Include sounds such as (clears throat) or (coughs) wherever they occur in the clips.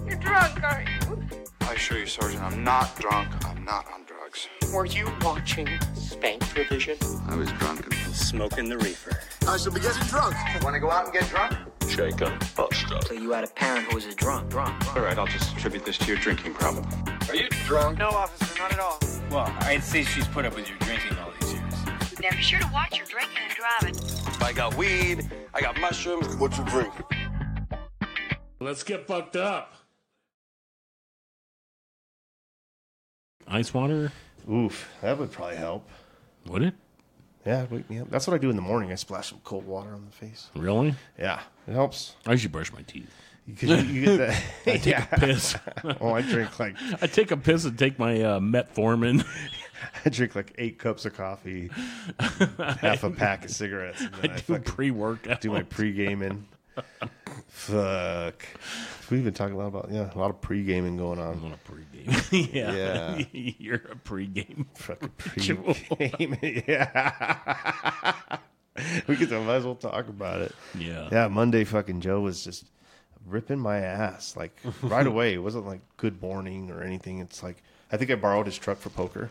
drunk are you? I assure you, Sergeant, I'm not drunk. I'm not on drugs. Were you watching Spank Revision? I was drunk and Smoking the reefer. I should be getting drunk. Want to go out and get drunk? Shake up, bust up. So you had a parent who was a drunk, drunk, drunk. All right, I'll just attribute this to your drinking problem. Are you drunk? No, officer, not at all. Well, I'd say she's put up with your drinking all these years. Now be sure to watch your drinking and driving. I got weed. I got mushrooms. What you drink? Let's get fucked up. Ice water, Oof, that would probably help. would it? Yeah, it'd wake me up. That's what I do in the morning. I splash some cold water on the face. Really? Yeah, it helps. I usually brush my teeth. Because you, you get that. (laughs) I Take a piss. (laughs) Oh, I drink like I take a piss and take my uh, metformin. (laughs) I drink like eight cups of (laughs) coffee, half a pack of cigarettes, and I then I, do fucking pre workout. do (laughs) my pre (laughs) gaming. Fuck. We've been talking a lot about yeah, a lot of pre gaming going on. on a pregame. (laughs) yeah. Yeah. (laughs) You're a pregame. Fucking (laughs) pre gaming. (laughs) yeah. we could might as well talk about it. Yeah. Yeah, Monday fucking Joe was just ripping my ass (laughs) like right away. It wasn't like good morning or anything. It's like I think I borrowed his truck for poker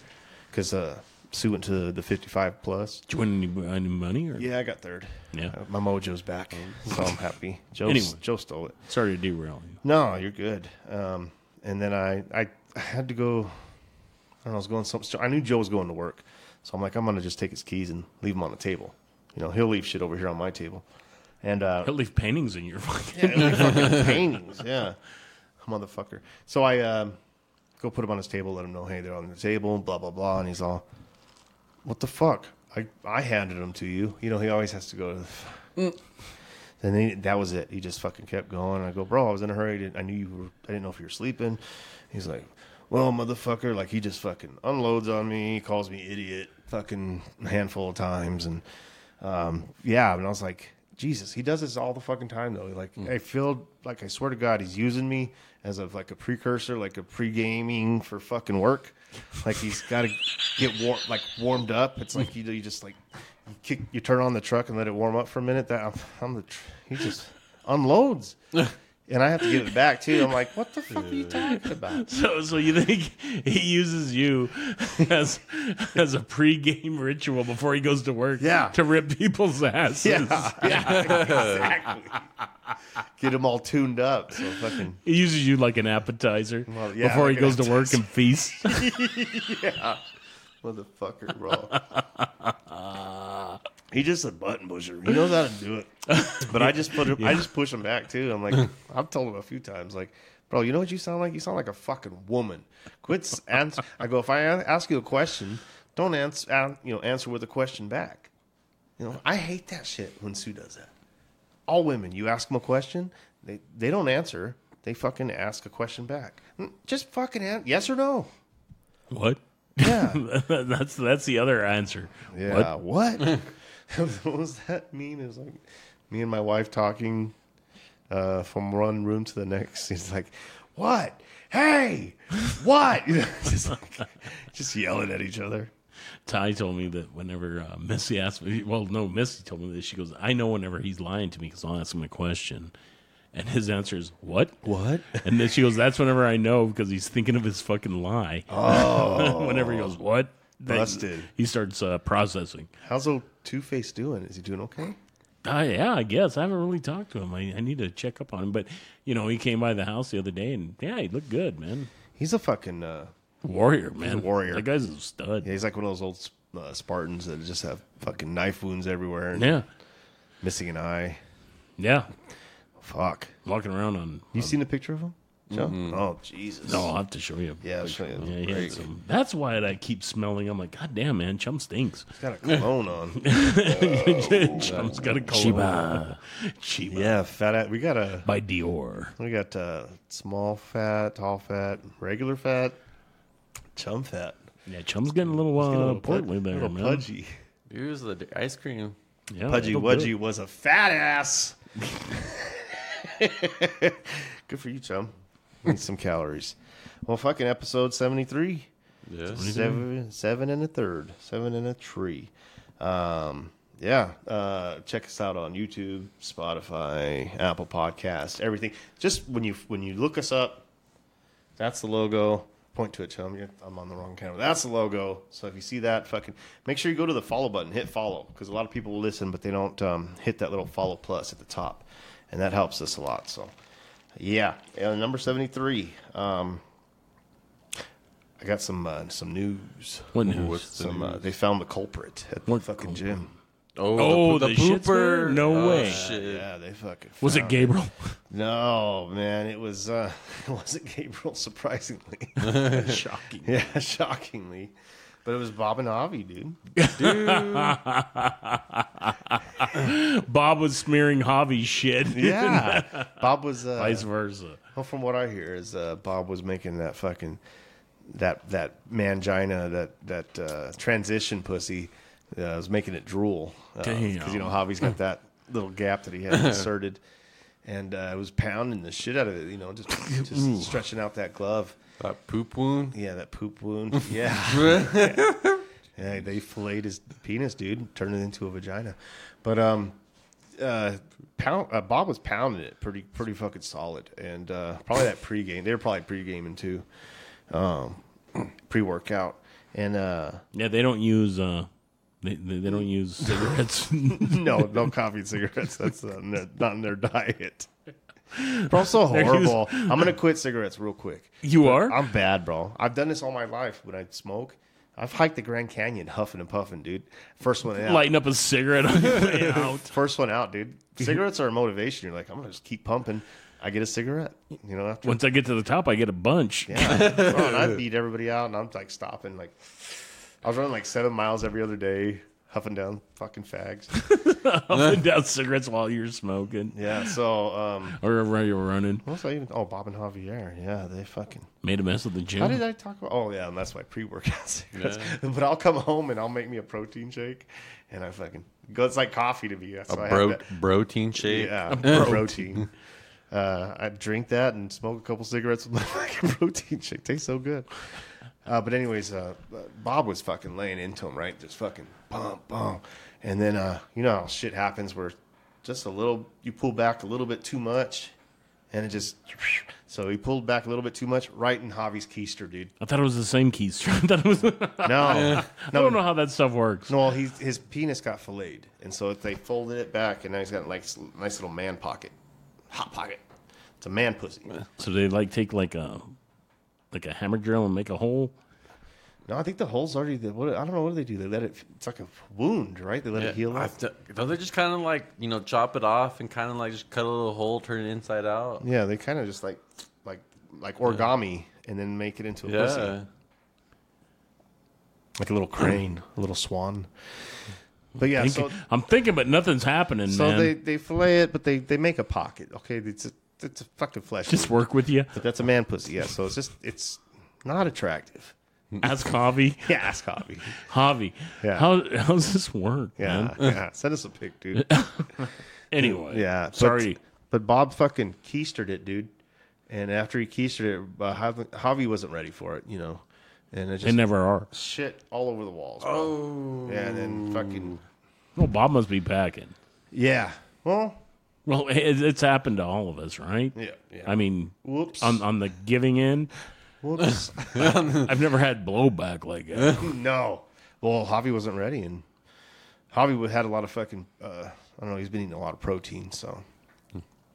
because uh, Sue went to the 55 plus. Do you win any, any money? Or? Yeah, I got third. Yeah. Oh. Uh, my mojo's back, so I'm happy. (laughs) Joe Anyway. Joe stole it. Sorry to derail you. No, you're good. Um, and then I, I I had to go. I don't know. I was going some. I knew Joe was going to work, so I'm like, I'm gonna just take his keys and leave them on the table. You know, he'll leave shit over here on my table, and uh, I'll leave paintings in your (laughs) fucking. yeah, like (laughs) fucking paintings. Yeah, motherfucker. So I um, go put them on his table, let him know, hey, they're on the table, blah blah blah, and he's all, "What the fuck? I I handed them to you. You know, he always has to go to the." F- (laughs) And then that was it. He just fucking kept going. I go, bro, I was in a hurry. I, didn't, I knew you were. I didn't know if you were sleeping. He's like, well, motherfucker. Like he just fucking unloads on me. He calls me idiot, fucking handful of times, and um, yeah. And I was like, Jesus, he does this all the fucking time though. Like I feel like I swear to God, he's using me as of like a precursor, like a pre gaming for fucking work. Like he's got to get warm, like warmed up. It's like you, you just like you kick, you turn on the truck and let it warm up for a minute. That I'm, I'm the, tr- he just unloads, and I have to give it back too. I'm like, what the fuck are you talking about? So, so you think he uses you as as a pregame ritual before he goes to work? Yeah. To rip people's asses. Yeah, yeah, exactly. Get him all tuned up. So fucking (laughs) He uses you like an appetizer Well, yeah, before he like an goes to work and feasts. (laughs) motherfucker, bro. (laughs) He just a button pusher. He knows how to do it. But I just put him, I just push him back too. I'm like, I've told him a few times, like, bro, you know what you sound like? You sound like a fucking woman. Quit. s- ans- I go if I an- ask you a question, don't answer. you know, answer with a question back. You know, I hate that shit when Sue does that. All women, you ask them a question, they they don't answer. They fucking ask a question back. Mm, Just fucking an- yes or no. what? (laughs) Yeah. that's that's the other answer. Yeah. (laughs) What? what was that mean? It was like me and my wife talking uh, from one room to the next. (laughs) It's like, what? Hey, what? (laughs) You know, just like, just yelling at each other. Ty told me that whenever uh, Missy asked me, well, no, Missy told me this. She goes, I know whenever he's lying to me because I'll ask him a question. And his answer is, what? What? And then she goes, that's whenever I know because he's thinking of his fucking lie. Oh. (laughs) whenever he goes, what? Then Busted. He starts uh, processing. How's old Two Face doing? Is he doing okay? Uh, yeah, I guess. I haven't really talked to him. I, I need to check up on him. But, you know, he came by the house the other day and, yeah, he looked good, man. He's a fucking. Uh, Warrior, man. warrior. That guy's a stud. yeah, he's like one of those old uh, Spartans that just have fucking knife wounds everywhere and Yeah. missing an eye. Yeah. Fuck. Walking around on. You seen a picture of him? Joe? Oh Jesus. No, I'll have to show you. Yeah, I'll show you. Yeah, he had some- that's why I keep smelling. I'm like, God damn, man, Chum stinks. (laughs) He's got a cologne on. (laughs) Chum's got a (laughs) Chiba. Chiba. yeah, fat. Ass. We got a By Dior. We got uh, small fat, tall fat, regular fat, chum fat. Yeah, Chum's getting a little, uh, Get a little portly pud- there, little man. Oh, pudgy. Here's the d- ice cream. Yeah, Pudgy it'll Wudgy (laughs) do was a fat ass. (laughs) Good for you, chum. Need some calories. Well, fucking episode 73. Yes. Seven, seven and a third. Seven and a tree. Um, yeah. Uh, check us out on YouTube, Spotify, Apple Podcasts, everything. Just when you when you look us up, That's the logo. Point to it, chum. You're, I'm on the wrong camera. That's the logo. So if you see that, fucking make sure you go to the follow button. Hit follow because a lot of people listen, but they don't um, hit that little follow plus at the top, and that helps us a lot. So, yeah, and number seventy three. Um, I got some uh, some news. What news? what's the some Uh, news? they found the culprit at the What fucking culprit? gym. Oh, the, the poo- the shit's there? pooper. No Oh, way. Shit. Yeah, they fucking. Was it found Gabriel? (laughs) No, man, it was uh, (laughs) it wasn't (laughs) Gabriel. Surprisingly, (laughs) Shocking. yeah, shockingly, but it was Bob and Avi, dude. Bob was smearing Javi's shit. (laughs) Yeah, (laughs) Bob was. Uh, Vice versa. Well, from what I hear is uh, Bob was making that fucking that that mangina that that uh, transition pussy uh, was making it drool Damn. because you know Javi's got that little gap that he had inserted, and uh, it was pounding the shit out of it. You know, just just stretching out that glove. That poop wound. Yeah, that poop wound. Yeah. yeah, they filleted his penis, dude, turned it into a vagina. But um, uh, pound, uh, Bob was pounding it pretty, pretty fucking solid, and uh, probably that pregame. They were probably pregaming too, um, (clears throat) pre-workout, and uh, (laughs) Yeah, they don't use uh, they, they, they don't use cigarettes. no, no coffee and cigarettes. That's not in their, not in their diet. Bro, I'm so They're horrible. I'm gonna quit cigarettes real quick. (laughs) you are. I'm bad, bro. I've done this all my life when I smoke. I've hiked the Grand Canyon (laughs) huffing and puffing, dude. First one out. Lighten up a cigarette on your way (laughs) out. First one (laughs) out, dude. Cigarettes are a motivation. You're like, I'm gonna just keep pumping. I get a cigarette, you know. After Once I get to the top, I get a bunch. (laughs) (laughs) yeah, Bro, and I beat everybody out, and I'm like stopping. Like, I was running like seven miles every other day, huffing down (laughs) fucking fags. Huffing down cigarettes while you're smoking Yeah. So, um, or while you're running. what was I even? Oh, Bob and Javier. Yeah, they fucking. Made a mess of the How gym. did I talk about? Oh yeah, and that's my pre-workout cigarettes. (laughs) But I'll come home and I'll make me a protein shake, and I fucking go. It's like coffee to me. That's A why I bro- have that. protein shake. Yeah, protein. uh, I drink that and smoke a couple cigarettes with my (laughs) fucking protein shake. Tastes so good. Uh, but anyways, uh, Bob was fucking laying into him, right? Just fucking boom, boom, and then uh, you know how shit happens where just a little you pull back a little bit too much, and it just so he pulled back a little bit too much, right in Javi's keister, dude. I thought it was the same keister. (laughs) I thought it was. I No, no, don't no. know how that stuff works. (laughs) No, well, he's, his penis got filleted, and so they folded it back, and now he's got like s- nice little man pocket, hot pocket. It's a man pussy. So they like take like a like a hammer drill and make a hole. No, I think the hole's already. The, what, I don't know what do they do. They let it. It's like a wound, right? They let it heal up. I've done- don't they just kind of like you know chop it off and kind of like just cut a little hole, turn it inside out? Yeah, they kind of just like, like, like origami, and then make it into a Yeah, pussy, like a little (clears throat) crane, a little swan. But yeah, Think- so I'm thinking, but nothing's happening, so man. they they fillet it, but they they make a pocket. Okay, it's a, it's a fucking flesh. just wound. work with (laughs) you. That's a man pussy. Yeah, so it's just it's not attractive. Ask Javi. Yeah, (laughs) ask Javi. Javi, Yeah. how how's this work, Yeah, man? (laughs) yeah. Send us a pic, dude. Anyway, Yeah. but- sorry. But Bob fucking keistered it, dude. And after he keistered it, uh, Javi- Javi wasn't ready for it, you know. And it just They never are. shit all over the walls. Oh. Yeah, and then fucking. Well, Bob must be packing. Yeah. Well, Well, it, it's happened to all of us, right? Yeah, yeah. I mean, whoops. on on the giving end, whoops. (laughs) I've never had blowback like that. no. Well, Javi wasn't ready. And Javi had a lot of fucking. Uh, I don't know. He's been eating a lot of protein, so.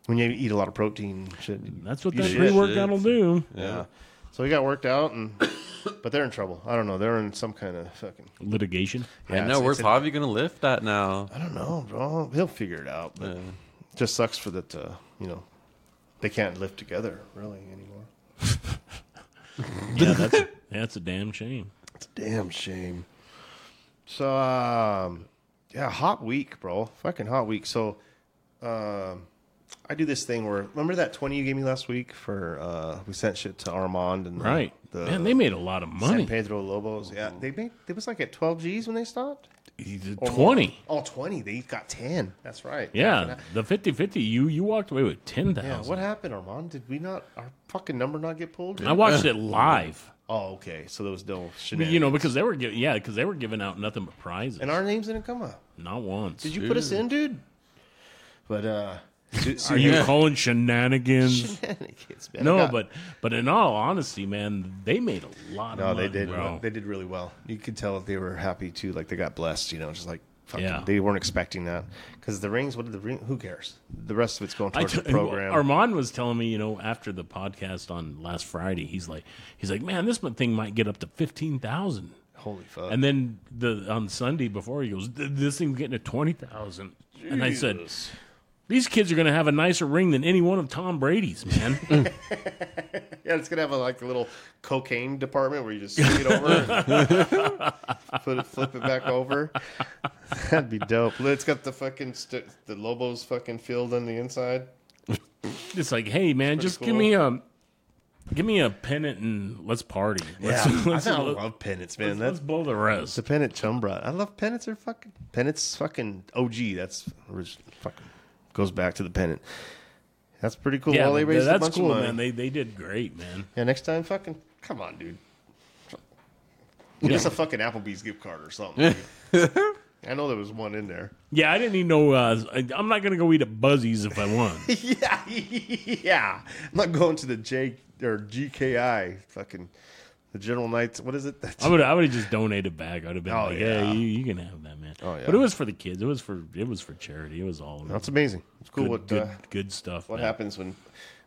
When you eat a lot of protein, shit. That's what You that should. pre workout will do. Yeah. So he got worked out, and (coughs) but they're in trouble. I don't know. They're in some kind of fucking. Litigation. Yeah, I it's- know. Where's it's a- Javi gonna lift that now? I don't know, bro. He'll figure it out. But just sucks for that. Uh, you know, they can't live together really anymore. Yeah, that's that's a damn shame. It's a damn shame. So, um, yeah, hot week, bro. Fucking hot week. So, um, I do this thing where remember that twenty you gave me last week for uh, we sent shit to Armand and the- Right, the, man. They made a lot of money. San Pedro Lobos. Yeah, they made it was like at twelve G's when they stopped. He did Or more. Twenty. Oh, 20. They got 10. That's right. Yeah, the 50-50, You you walked away with ten Yeah. thousand. What happened, Armand? Did we not, our fucking number not get pulled? I watched (laughs) it live. Oh, okay. So there was no shenanigans. You know, because they were giving yeah, because they were giving out nothing but prizes. and our names didn't come up. Not once. Did you put us in, dude? But, uh, (laughs) Are you calling shenanigans? Shenanigans, man. I No, got- but but in all honesty, man, they made a lot. no, of they money, did. bro. They did really well. You could tell they were happy too. Like they got blessed. You know, just like fucking, Yeah. they weren't expecting that because the rings. What did the ring? Who cares? The rest of it's going I towards the t- program. Armand was telling me, you know, after the podcast on last Friday, he's like, he's like, man, this thing might get up to fifteen thousand, Holy fuck! and then the on Sunday before he goes, "Th- this thing's getting to twenty thousand, and I said, these kids are gonna have a nicer ring than any one of Tom Brady's, man. (laughs) (laughs) yeah, it's gonna have a, like a little cocaine department where you just swing it over, (laughs) and put it, flip it back over. That'd be dope. It's got the fucking st- the Lobos fucking field on the inside. it's like, hey, man, just give cool. me a. Give me a pennant and let's party. Let's, let's, I know, I let's, love pennants, man. let's That's blow the rest. the pennant chum brought. I love pennants. Are fucking pennants. Fucking OG. That's orig- fucking goes back to the pennant. That's pretty cool. Yeah, well, they th- raised a that's bunch cool, of money. man. They they did great, man. yeah, next time, fucking come on, dude. Give us a fucking Applebee's gift card or something. dude. (laughs) I know there was one in there. Yeah, I didn't need no. Uh, I, I'm not gonna go eat at Buzzies if I (laughs) won. yeah, yeah. I'm not going to the J or GKI fucking the General Knights. What is it? I would I would have just donated a bag. I would have been Oh, like, yeah, yeah. you, you can have that, man. Oh, yeah. But it was for the kids. It was for it was for charity. It was all (laughs) That's amazing. It's cool good, what good, uh, good stuff. what man. happens when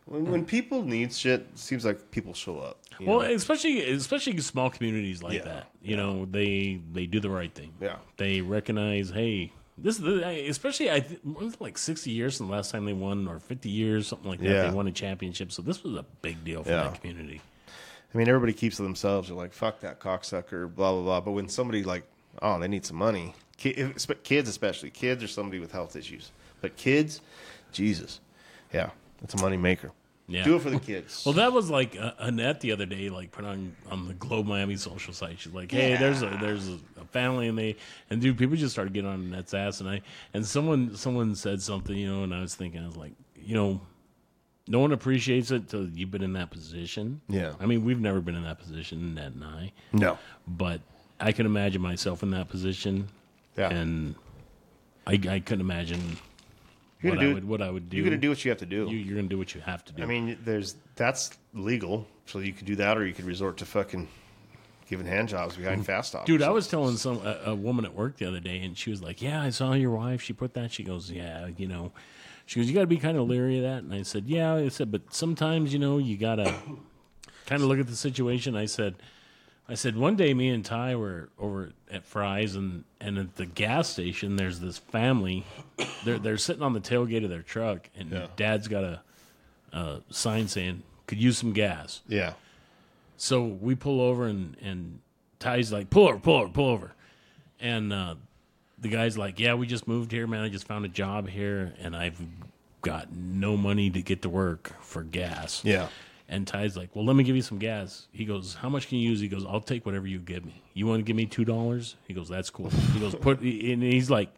when when people need shit. It seems like people show up. you Well, know? especially especially small communities like Yeah. that. You know, they they do the right thing. Yeah. they recognize, hey. This is the, I- especially I th- was it like sixty years from the last time they won, or fifty years, something like that. Yeah. They won a championship, so this was a big deal for Yeah. that community. I mean, everybody keeps to themselves. They're like, "Fuck that cocksucker," blah blah blah. But when somebody like, oh, they need some money. Ki- if- spe- Kids, especially kids, or somebody with health issues. But kids, Jesus, yeah, it's a money maker. Yeah. Do it for the kids. Well, that was like uh, Annette the other day, like put on on the Globe Miami social site. She's like, "Hey, there's a there's a family," and they and dude, people just started getting on Annette's ass, and I and someone someone said something, you know, and I was thinking, I was like, you know, no one appreciates it till you've been in that position. Yeah. I mean, we've never been in that position, Annette and I, no, but I can imagine myself in that position, yeah, and I I couldn't imagine you're what gonna I do would what I would do. You're gonna do what you have to do. You, you're gonna do what you have to do. I mean, there's that's legal, so you could do that, or you could resort to fucking giving hand (laughs) jobs behind fast stops. Dude, I was telling some a, a woman at work the other day, and she was like, "Yeah, I saw your wife. She put that." She goes, "Yeah, you know." She goes, "You got to be kind of leery of that." And I said, "Yeah." I said, "But sometimes, you know, you gotta (coughs) kind of look at the situation." I said, "I said one day, me and Ty were over at Fry's, and and at the gas station, there's this family. They're they're sitting on the tailgate of their truck, and Dad's got a, a sign saying." Could use some gas. yeah, So we pull over and and Ty's like, pull over, pull over, pull over, and uh, the guy's like, yeah, we just moved here, man. I just found a job here, and I've got no money to get to work for gas. yeah, And Ty's like, well, let me give you some gas. He goes, how much can you use? He goes, I'll take whatever you give me. You want to give me two dollars? He goes, that's cool. He goes, put, and he's like,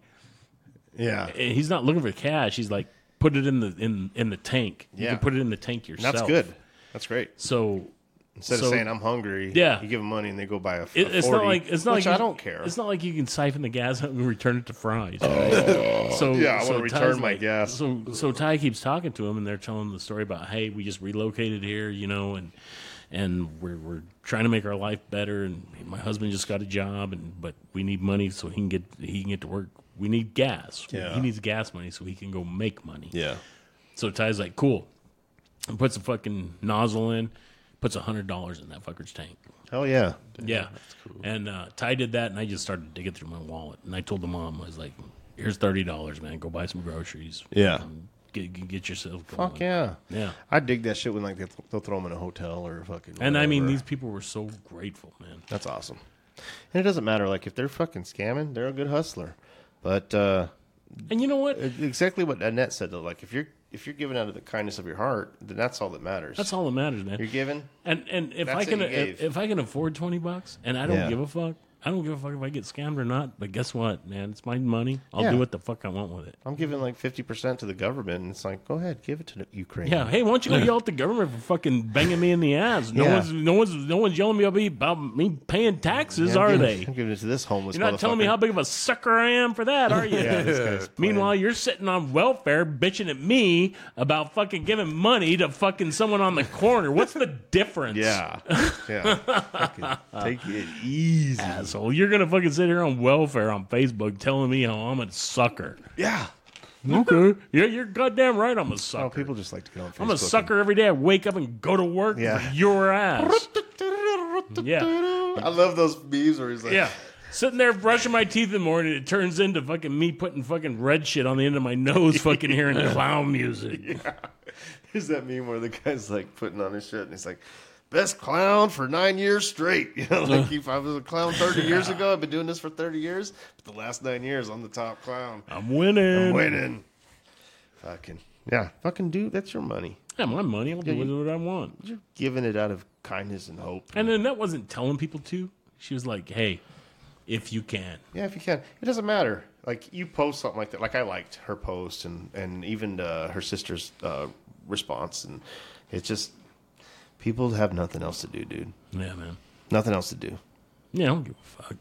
yeah. and he's not looking for cash. He's like, put it in the in in the tank. You Yeah. can put it in the tank yourself. That's good. That's great. So Instead So- of saying I'm hungry, Yeah. you give them money and they go buy a. It, a it's 40, not like it's not which like I you- don't care. It's not like you can siphon the gas out and return it to fries. so Oh. Yeah, I wanna so return Ty's my like- gas. So so Ty keeps talking to him, and they're telling the story about hey, we just relocated here, you know, and and we're we're trying to make our life better, and my husband just got a job, and but we need money so he can get he can get to work. We need gas. Yeah. He needs gas money so he can go make money. yeah, So Ty's like, cool, and puts a fucking nozzle in, puts a hundred dollars in that fucker's tank. hell yeah. Yeah, and uh, Ty did that, and I just started digging through my wallet, and I told the mom, I was like, "Here's thirty dollars, man. Go buy some groceries. Yeah. Um, get get- get yourself going. Fuck yeah. yeah." I dig that shit when like they th- they'll throw them in a hotel or fucking. And I mean, whatever. these people were so grateful, man. That's awesome. And it doesn't matter. Like if they're fucking scamming, they're a good hustler. But uh, e-, And you know what? exactly what Annette said though. Like if you're if you're giving out of the kindness of your heart, then that's all that matters. That's all that matters, you're man. giving. And and if That's I can it, you if, gave. I can afford twenty bucks, and I don't Yeah. give a fuck, I don't give a fuck if I get scammed or not, but guess what, man? It's my money. I'll Yeah. do what the fuck I want with it. I'm giving like 50% to the government, and it's like, go ahead, give it to the Ukraine. Yeah, hey, why don't (laughs) you go yell at the government for fucking banging me in the ass? No Yeah. one's no one's no one's yelling at me about me paying taxes, Yeah, I'm are giving- they? I'm giving it to this homeless You're not telling me motherfucker. how big of a sucker I am for that, are you? (laughs) Yeah, this guy's playing. (laughs) Meanwhile, you're sitting on welfare bitching at me about fucking giving money to fucking someone on the corner. What's (laughs) the difference? Yeah. (laughs) Yeah. Fucking take it easy. Asshole, you're gonna fucking sit here on welfare on Facebook telling me how I'm a sucker. Yeah. Okay. Yeah, you're goddamn right I'm a Oh, sucker. people just like to get on Facebook. I'm a sucker every day. I wake up and go to work Yeah. for your ass. yeah. I love those memes where he's like, (laughs) Yeah. Sitting there brushing my teeth in the morning, it turns into fucking me putting fucking red shit on the end of my nose, fucking (laughs) hearing clown music. Here's that meme where the guy's like putting on his shit and he's like, best clown for nine years straight. (laughs) You know, like if I was a clown (laughs) 30 years ago, I've been doing this for 30 years, but the last nine years, I'm the top clown. I'm winning. I'm winning. Fucking. Yeah. Fucking dude, that's your money. Yeah, my money. I'll do with it what I want. You're giving it out of kindness and hope. And then that wasn't telling people to. She was like, hey, if you can. Yeah, if you can, it doesn't matter. Like you post something like that. Like I liked her post and and even uh, her sister's uh, response, and it's just people have nothing else to do, dude. Yeah, man. Nothing else to do. Yeah, I don't give a fuck.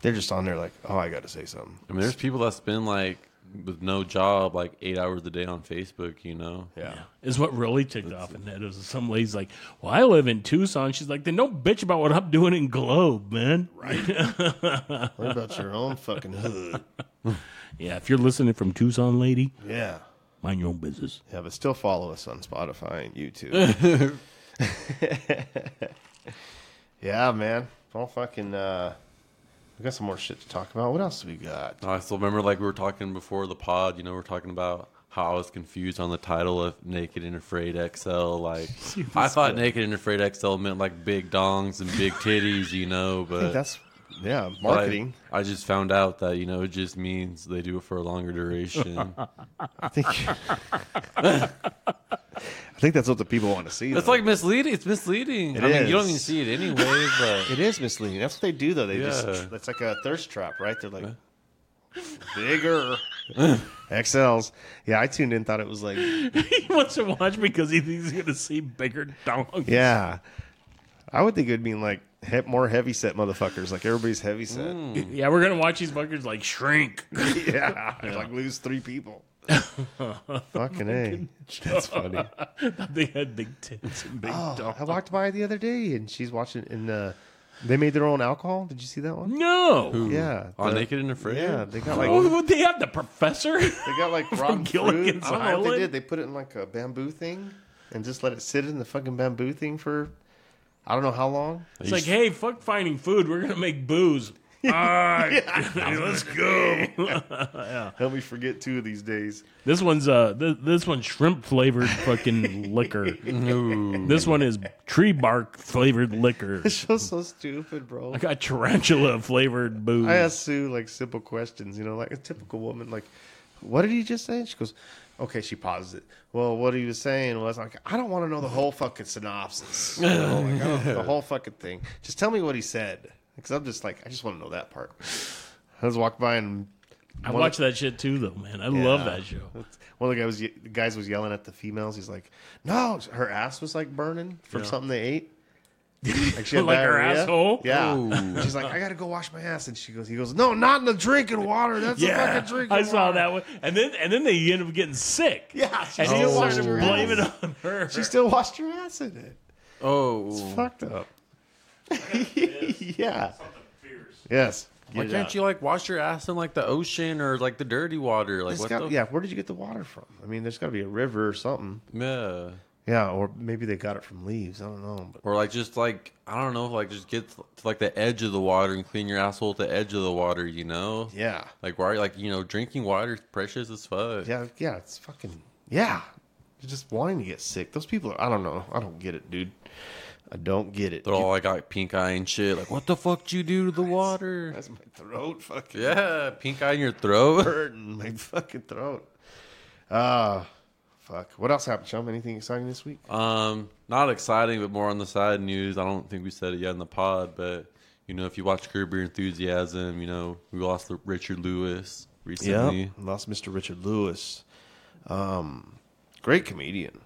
They're just on there like, oh, I got to say something. I mean, there's people that spend like with no job, like eight hours a day on Facebook. You know, Yeah, Is what really ticked off. And that is some lady's like, well, I live in Tucson. She's like, then don't bitch about what I'm doing in Globe, man. what about your own fucking (laughs) hood? Yeah, if you're listening from Tucson, lady, Yeah, mind your own business. (laughs) yeah, but still follow us on Spotify and YouTube. (laughs) yeah, man. Well, fucking. Uh, we got some more shit to talk about. What else we got? I still remember like we were talking before the pod. You know, we are talking about how I was confused on the title of Naked and Afraid XL. (laughs) Like, I thought Naked and Afraid XL meant like big dongs and big titties. (laughs) You know, I think but that's yeah, but marketing. I, I just found out that you know it just means they do it for a longer (laughs) duration. I think (laughs) I think that's what the people want to see. it's though. like misleading. It's misleading. It I mean, you don't is. even see it (laughs) anyway. But it is misleading. That's what they do though. They just Yeah. it's like a thirst trap, right? They're like bigger XLs. Yeah, I tuned in, thought it was like he wants to watch because he thinks he's going to see bigger dogs. yeah. I would think it would mean like he- more heavy set motherfuckers, like everybody's heavy set. Yeah, we're going to watch these fuckers like shrink. (laughs) (laughs) Yeah, like lose three people. Fucking a, that's funny. they had big tits and big Oh, dogs. I walked by the other day and she's watching and uh, they made their own alcohol. Did you see that one? No. Yeah. on the- Naked and Afraid, Yeah, (laughs) they got like Oh, would they have the (laughs) professor? they got like rotten fruit. Gilligan's I don't know what Island? they did. They put it in like a bamboo thing and just let it sit in the fucking bamboo thing for I don't know (laughs) how long. It's like, hey, fuck finding food. We're gonna make booze. (laughs) All right, let's go. Help me forget two of these days. (laughs) This one's uh, th- this one's shrimp flavored (laughs) fucking liquor. This one is tree bark flavored liquor. (laughs) It's just so stupid, bro. I got tarantula flavored booze. I asked Sue like simple questions, you know, like a typical woman, like, what did he just say? She goes, okay, she pauses it. Well, what he was saying was, like, I don't want to know the whole (laughs) fucking synopsis. You know, like, I don't- the whole fucking thing. Just tell me what he said. Because I'm just like, I just want to know that part. (laughs) I just walked by and I watch that shit too, though, man. I love that show. That's- One of the guys was ye- the guys was yelling at the females. He's like, "No, her ass was like burning from something they ate." (laughs) Like, she Like her asshole? Yeah. And She's like, "I gotta go wash my ass," and she goes, "He goes, no, not in the drinking water. That's a Yeah, fucking drinking." I saw water." that one, and then and then they end up getting sick. (laughs) Yeah, she and still he washed started her blaming ass. on her. She still washed her ass in it. Oh, Fucked up. (laughs) yeah. Yes. why Get it can't out. you like wash your ass in like the ocean or like the dirty water? Like It's what got- the yeah, where did you get the water from? I mean, there's got to be a river or something. yeah. Yeah, or maybe they got it from leaves. I don't know. But Or like just like I don't know, like just get to like the edge of the water and clean your asshole at the edge of the water, you know? yeah, Like why like you know, drinking water is precious as fuck. Yeah, yeah, it's fucking yeah. You're just wanting to get sick. Those people are. I don't know. I don't get it, dude. I don't get it. They're all like got pink eye and shit. Like what the fuck do you do to the water? (laughs) That's my throat fucking Yeah, pink eye in (laughs) your throat. hurting. My fucking throat. Ah, fuck. What else happened, Chum? Anything exciting this week? Um, not exciting, but more on the side news. I don't think we said it yet in the pod, but You know, if you watch Curb Your Enthusiasm, you know we lost the Richard Lewis recently. Lost Mr. Richard Lewis. Um, great comedian.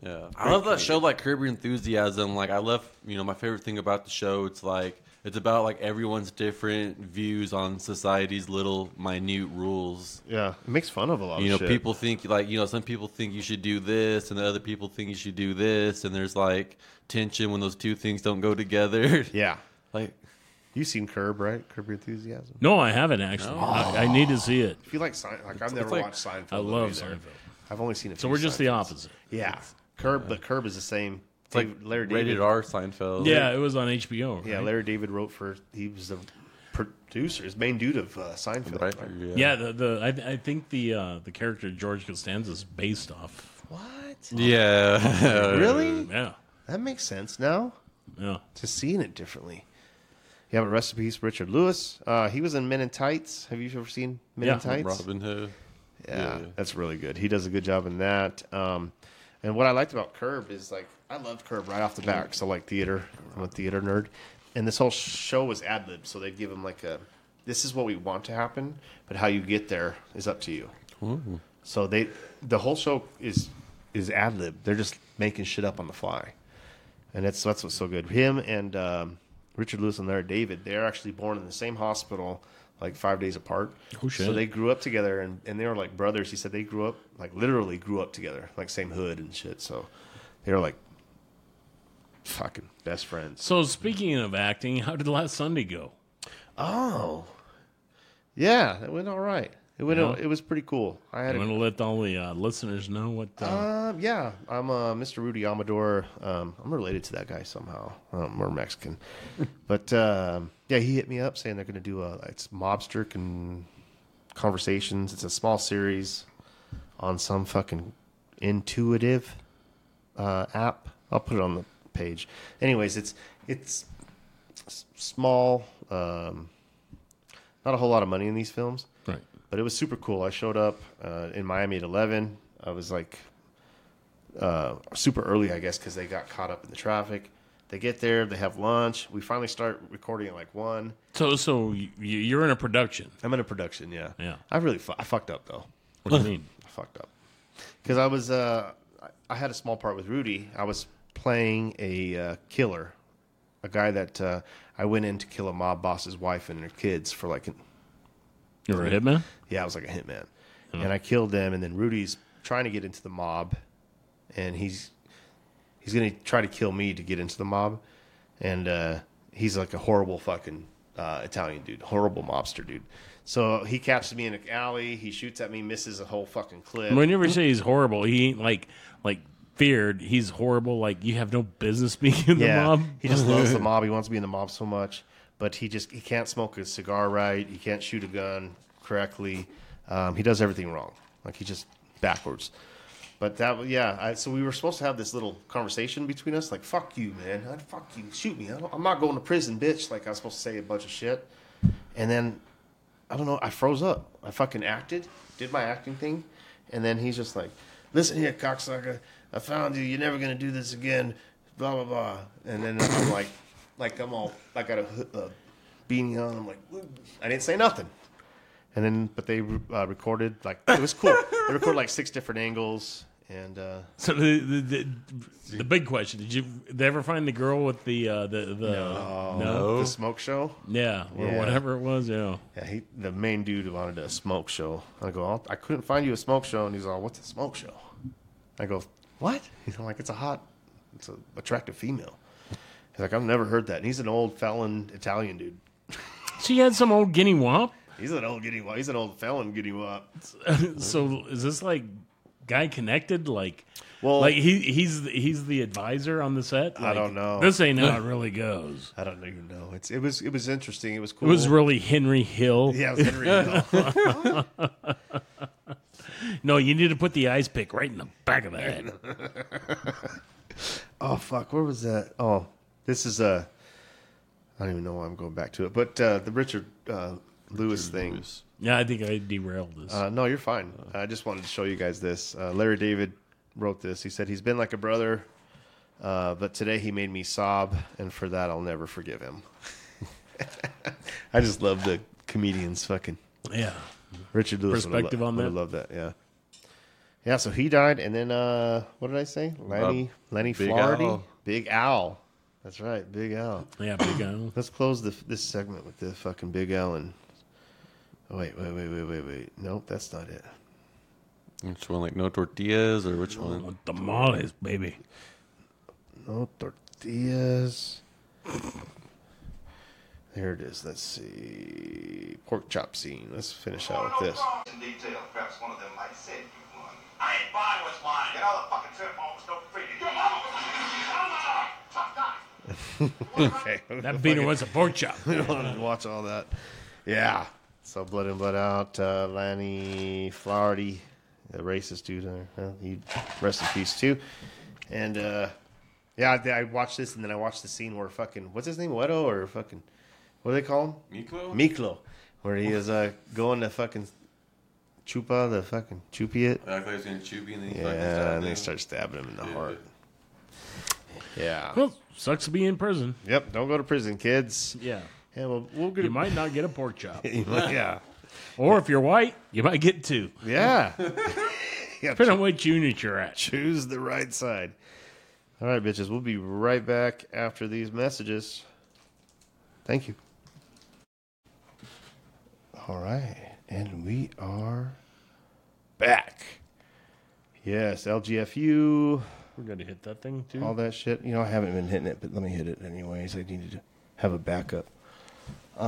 Yeah, I love that show like Curb Your Enthusiasm. Like I love, you know, my favorite thing about the show. It's like it's about like everyone's different views on society's little minute rules. Yeah. It makes fun of a lot You know, of Oh, shit. people think like you know some people think you should do this, and the other people think you should do this, and there's like tension when those two things don't go together. Yeah. (laughs) like You've seen Curb, right? Curb Your Enthusiasm. No, I haven't actually. I, I need to see it. If you like Seinfeld, like I've never like- watched Seinfeld. I love either. Seinfeld. I've only seen it. So we're just the opposite. Yeah. Curb, but Curb is the same. uh, it's like David- Larry David. rated R Seinfeld. Yeah, it was on HBO. Right? Yeah, Larry David wrote for. He was the producer, his main dude of uh, Seinfeld. right. right? Yeah. Yeah, the, the I, I think the uh, the character George Costanza is based off. What? (laughs) Yeah. Really? Yeah, That makes sense now. yeah. Just seeing it differently. You have a recipe for Richard Lewis. Uh, he was in Men in Tights. Have you ever seen Men in Yeah. Tights? Robin Hood. yeah, Yeah. that's really good. He does a good job in that. Um, and what I liked about Curb is like I loved Curb right off the bat because I like theater. I'm a theater nerd, and this whole show was ad lib. So they'd give him like a, this is what we want to happen, but how you get there is up to you. So they, the whole show is is ad lib. They're just making shit up on the fly, and that's that's what's so good. Him and um, Richard Lewis and Larry David, they're actually born in the same hospital, like five days apart. Oh, shit. So they grew up together, and, and they were like brothers. He said they grew up like literally grew up together, like same hood and shit. So they were like fucking best friends. So speaking of acting, how did last Sunday go? Oh, yeah, it went all right. It went. It was pretty cool. I had I'm a gonna let all the uh, listeners know what. Uh, Um, yeah, I'm uh, Mr. Rudy Amador. Um, I'm related to that guy somehow. Um, we're Mexican, but um, yeah, he hit me up saying they're going to do a it's mobster and conversations. It's a small series on some fucking intuitive uh, app. I'll put it on the page. Anyways, it's it's s- small. Um, not a whole lot of money in these films right. but it was super cool. I showed up uh, in Miami at 11. I was like uh, super early, I guess, because they got caught up in the traffic. They get there, they have lunch. We finally start recording at like 1. So so you, you're in a production. I'm in a production, yeah. Yeah. I really fu- I fucked up, though. What do you mean? I fucked up. Because I was, uh, I- I had a small part with Rudy. I was playing a uh, killer, a guy that uh, I went in to kill a mob boss's wife and her kids for like an You're a hitman. Yeah, I was like a hitman. And I killed them and then Rudy's trying to get into the mob and he's he's gonna try to kill me to get into the mob. And uh he's like a horrible fucking uh, Italian dude, horrible mobster dude. So he catches me in an alley, he shoots at me, misses a whole fucking clip. Whenever you say he's horrible, he ain't like like feared. He's horrible. Like you have no business (laughs) being in the mob. He (laughs) just loves the mob. He wants to be in the mob so much, but he just he can't smoke a cigar right. He can't shoot a gun correctly. Um, he does everything wrong. Like he just backwards. But that was- yeah. I, so we were supposed to have this little conversation between us, like "fuck you, man," I, "fuck you, shoot me," I don't, I'm not going to prison, bitch. Like I was supposed to say a bunch of shit, and then I don't know. I froze up. I fucking acted, did my acting thing, and then he's just like, "Listen here, cocksucker. I found you. You're never gonna do this again." Blah blah blah. And then I'm like, like I'm all, I got a, hood- a beanie on. I'm like, I didn't say nothing. And then, but they uh, recorded like it was cool. they recorded like six different angles, and uh, So the, the the the big question: Did you they ever find the girl with the uh, the the no, the smoke show. yeah or Yeah. whatever it was? Yeah, Yeah, he, the main dude wanted a smoke show. I go, I'll, I couldn't find you a smoke show, and he's all, "What's a smoke show?" I go, "What?" (laughs) He's like, "It's a hot, it's an attractive female." He's like, "I've never heard that." And he's an old felon Italian dude. she had some old guinea womp. He's an old giddy, he's an old felon giddy up. (laughs) so is this like guy connected? Like, Well- like he he's he's the advisor on the set. I Like, don't know. This ain't (laughs) how it really goes. I don't even know. It's it was it was interesting. It was It cool. was really Henry Hill. (laughs) Yeah, it was Henry (laughs) Hill. No, you need to put the ice pick right in the back of the (laughs) head. oh fuck, where was that? Oh, this is Uh, I don't even know why I'm going back to it, but uh, the Richard uh, Lewis thing. Yeah, I think I derailed this. Uh, no, you're fine. I just wanted to show you guys this. Uh, Larry David wrote this. He said he's been like a brother, uh, but today he made me sob, and for that I'll never forgive him. (laughs) I just love the comedians fucking Yeah. Richard Lewis. would have Perspective lo- on would that? have loved that. Yeah. Yeah. So he died, and then uh, what did I say? Lenny Lenny Big Flaherty, Al. Big Al. That's right, Big Al. Yeah, big (coughs) Al. Let's close the, this segment with the fucking Big Al and. Oh, wait, wait, wait, wait, wait, wait. Nope, that's not it. Which one, like no tortillas or which I one? want tamales, baby. No Oh, tortillas. There it is. Let's see. Pork chop scene. Let's finish out with this. (laughs) I ain't buying what's mine. Get out of the fucking trip, almost no freaking. Your mama was Okay. That beater was a pork (laughs) chop. we don't want to watch all that. Yeah. So blood in, blood out. Uh, Lanny Flaherty, the racist dude. Uh, well, he rest in peace too. And uh, yeah, I, I watched this, and then I watched the scene where fucking what's his name, Wedo, or fucking what do they call him? Miklo? Miklo, where he is uh, going to fucking Chupa, the fucking Chupiot. I thought he was going to chew me and then he fucking Yeah, stabbed and they him. start stabbing him in the heart. Yeah. Well, sucks to be in prison. Yep. Don't go to prison, kids. Yeah. Yeah, well, we'll get You might not get a pork (laughs) chop. yeah. Or if you're white, you might get two. Yeah. Depending on what unit you're at. Choose the right side. All right, bitches. We'll be right back after these messages. Thank you. All right. And we are back. Yes, LGFU, We're going to hit that thing, too. all that shit. You know, I haven't been hitting it, but let me hit it anyways. I needed to have a backup. Um,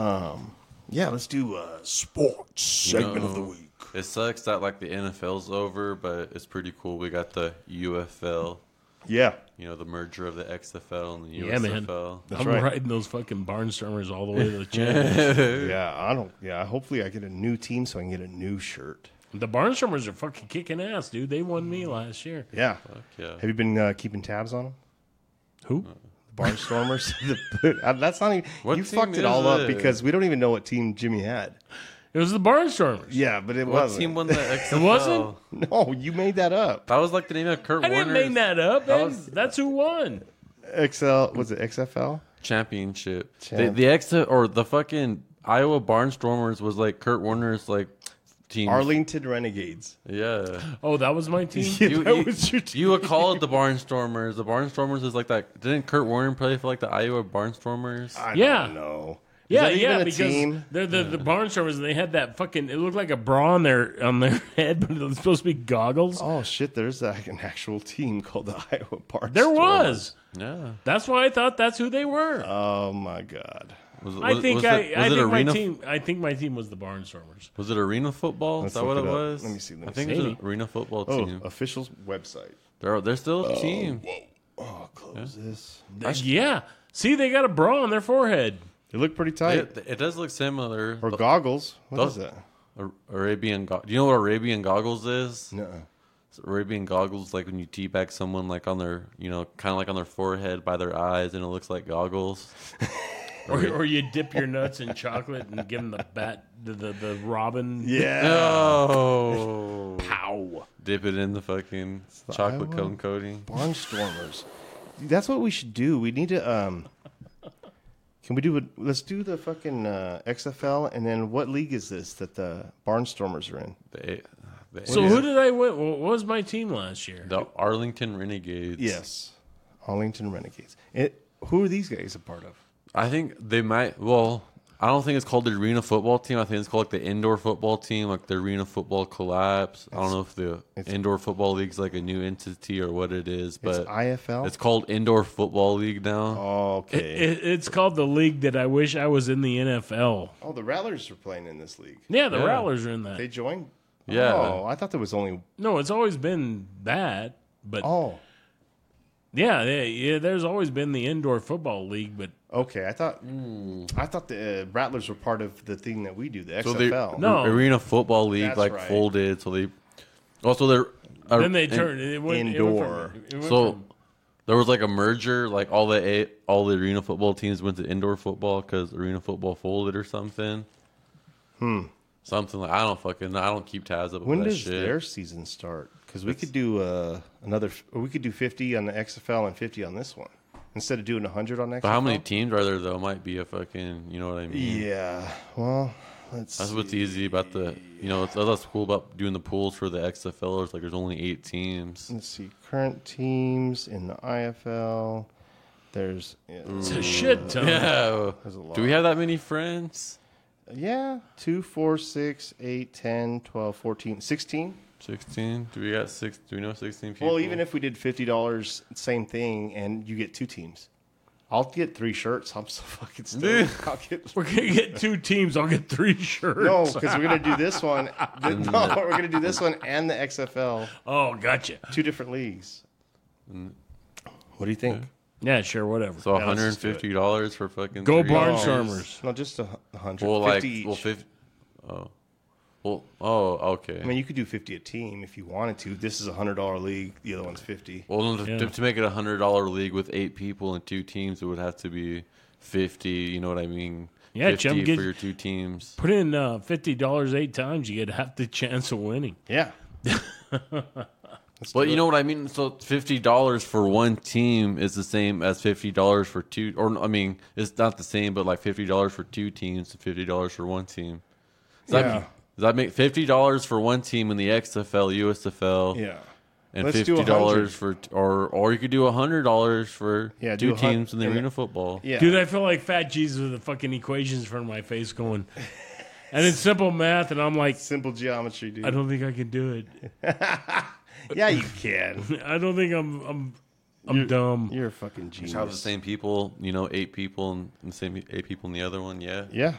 yeah, let's do uh, sports segment of the No. week. It sucks that like the NFL's over, but it's pretty cool. We got the UFL, Yeah. you know, the merger of the XFL and the Yeah, man. USFL. I'm right. riding those fucking barnstormers all the way to the (laughs) chin. Yeah, I don't. Yeah, hopefully I get a new team so I can get a new shirt. the barnstormers are fucking kicking ass, dude. They won me last year. Yeah. yeah. Have you been uh, keeping tabs on them? Who? The (laughs) Barnstormers. The- that's not even. What you team fucked it is all up it? because we don't even know what team Jimmy had. It was the barnstormers. Yeah, but it What wasn't. team won (laughs) the XFL? wasn't? (laughs) No, you made that up. That was like the name of Kurt I didn't Warner's make that up. That man. was- That's who won. XL was it XFL? championship. Champ. The, the X or the fucking Iowa Barnstormers was like Kurt Warner's like team. Arlington Renegades. Yeah. (laughs) Oh, that was my (laughs) team. You, that you, was your team. you would call (laughs) it the Barnstormers. The Barnstormers is like that. Didn't Kurt Warner play for like the Iowa Barnstormers? I Yeah. don't know. Is Yeah, that even yeah, a because team? they're the, the barnstormers. and They had that fucking. It looked like a bra on their on their (laughs) head, but it was supposed to be goggles. Oh shit! There's like an actual team called the (laughs) Iowa Barnstormers. there was. yeah. That's why I thought that's who they were. Oh my god! Was, I Uh, was- think was I, it- I was it think my arena- team. I think my team was the barnstormers. Was it arena football? Let's is that what look it, it up. was? Let me see, let me I think see. it was an arena football Oh, team. official website. They're they're still a team. Oh, close this. yeah. See, they got a bra on their forehead. They look pretty tight. It, it does look similar. or goggles. What is Those- that? Ar- Arabian. Go- Do you know what Arabian goggles is? No. It's Arabian goggles, like when you teabag someone, like on their, you know, kind of like on their forehead by their eyes, and it looks like goggles. Or, or you dip your nuts in chocolate and give them the bat, the the, the robin. Yeah. Oh. Ow. (laughs) Dip it in the fucking chocolate Iowa- cone coating. Barnstormers. That's what we should do. We need to. um Can we do it? Let's do the fucking uh, XFL, and then what league is this that the Barnstormers are in? The, A- the, So A- who did I win? What was my team last year? the Arlington Renegades. Yes, Arlington Renegades. It. Who are these guys a part of? I think they might. Well, I don't think it's called the arena football team. I think it's called like the indoor football team, like the arena football collapse. I don't know if the indoor football league's like a new entity or what it is, but it's IFL. Uh, it's called indoor football league Oh, now. okay. It, it's called the league that I wish I was in the NFL. oh, the Rattlers are playing in this league. Yeah, the Yeah. Rattlers are in that. They joined. Yeah. Oh, I thought there was only. No, it's always been that. But Oh. yeah, yeah, yeah, there's always been the indoor football league. But Okay, I thought I thought the uh, Rattlers were part of the thing that we do, the So the XFL. No. arena football league That's like right. folded, so they also they're uh, then they and- turned it went, indoor. It went from, it went So from- there was like a merger, like all the a, all the arena football teams went to indoor football because arena football folded or something. Hmm. Something like I don't fucking I don't keep tabs up. on Hmm. When that does shit. their season start? Because we could do uh, another, or we could do fifty on the XFL and fifty on this one. instead of doing 100 on next. But how many teams are there though? Might be a fucking. You know what I mean? Yeah. Well, let's. That's see. what's easy about the. You know, it's, that's cool about doing the pools for the XFL. Is like there's only eight teams. Let's see. Current teams in the IFL. There's. uh, Yeah. It's Mm. a shit ton. (laughs) Yeah. There's a lot. Do we have that many friends? Yeah. 2, 4, 6, 8, 10, 12, 14, 16. Sixteen. Do we got six? Do we know sixteen people? Well, even if we did $50, same thing, and you get two teams. I'll get three shirts. I'm so (laughs) fucking stoked. I'll (laughs) get We're gonna get two teams. I'll get three shirts. (laughs) No, because we're gonna do this one. (laughs) Mm. No, we're gonna do this one and the XFL, Oh, gotcha. two different leagues. Mm. What do you think? Yeah, sure, whatever. so one let's hundred and just do it. fifty dollars for fucking Go three Barnstormers. No, just a hu- a hundred. Well, 50 like each. well, fifty. Oh, well, oh, okay. I mean, you could do fifty a team if you wanted to. This is a hundred dollar league. The other one's fifty. well, no, to- Yeah. to, make it a hundred dollar league with eight people and two teams, it would have to be fifty. You know what I mean? Yeah, 50 Jim, for get- your two teams. Put in uh, fifty dollars eight times, you get half the chance of winning. Yeah. But you know what I mean. So fifty dollars for one team is the same as fifty dollars for two. Or I mean, it's not the same, but like fifty dollars for two teams and fifty dollars for one team. Does that, Yeah. does that make fifty dollars for one team in the XFL, USFL, Yeah. and Let's do fifty dollars for or or you could do hundred dollars for Yeah, do two a hun- teams in the and- arena football. Yeah. Dude, I feel like Fat Jesus with the fucking equations in front of my face going, and it's simple math, and I'm like, Simple geometry, dude. I don't think I can do it. (laughs) yeah, you (laughs) can. I don't think I'm I'm I'm dumb. You're a fucking Have the genius. same people, you know, eight people and and the same eight people in the other one. Yeah, Yeah.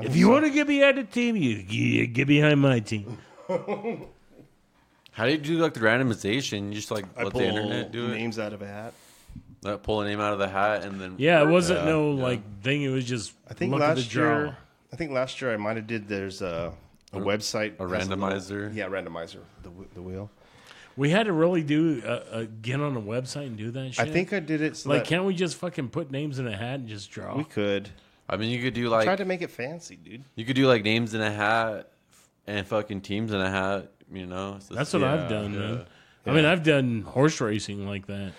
If you want to get behind the team, you, you get behind my team. how do you do like the randomization? You just like let the internet do it. names out of a hat. Like, pull a name out of the hat and then Yeah, it wasn't no yeah. like thing. It was just I think look at the last draw. year. I think last year I might have did. There's a, a website. a has little- randomizer? yeah, randomizer. The wh- the wheel. We had to really do uh, uh, get on a website and do that shit. I think I did it. So like, like, can't we just fucking put names in a hat and just draw? we could I mean, you could do try like to make it fancy, dude. you could do like names in a hat and fucking teams in a hat. You know, It's just- That's (laughs) what I've done, man. I mean, I've done horse racing like that.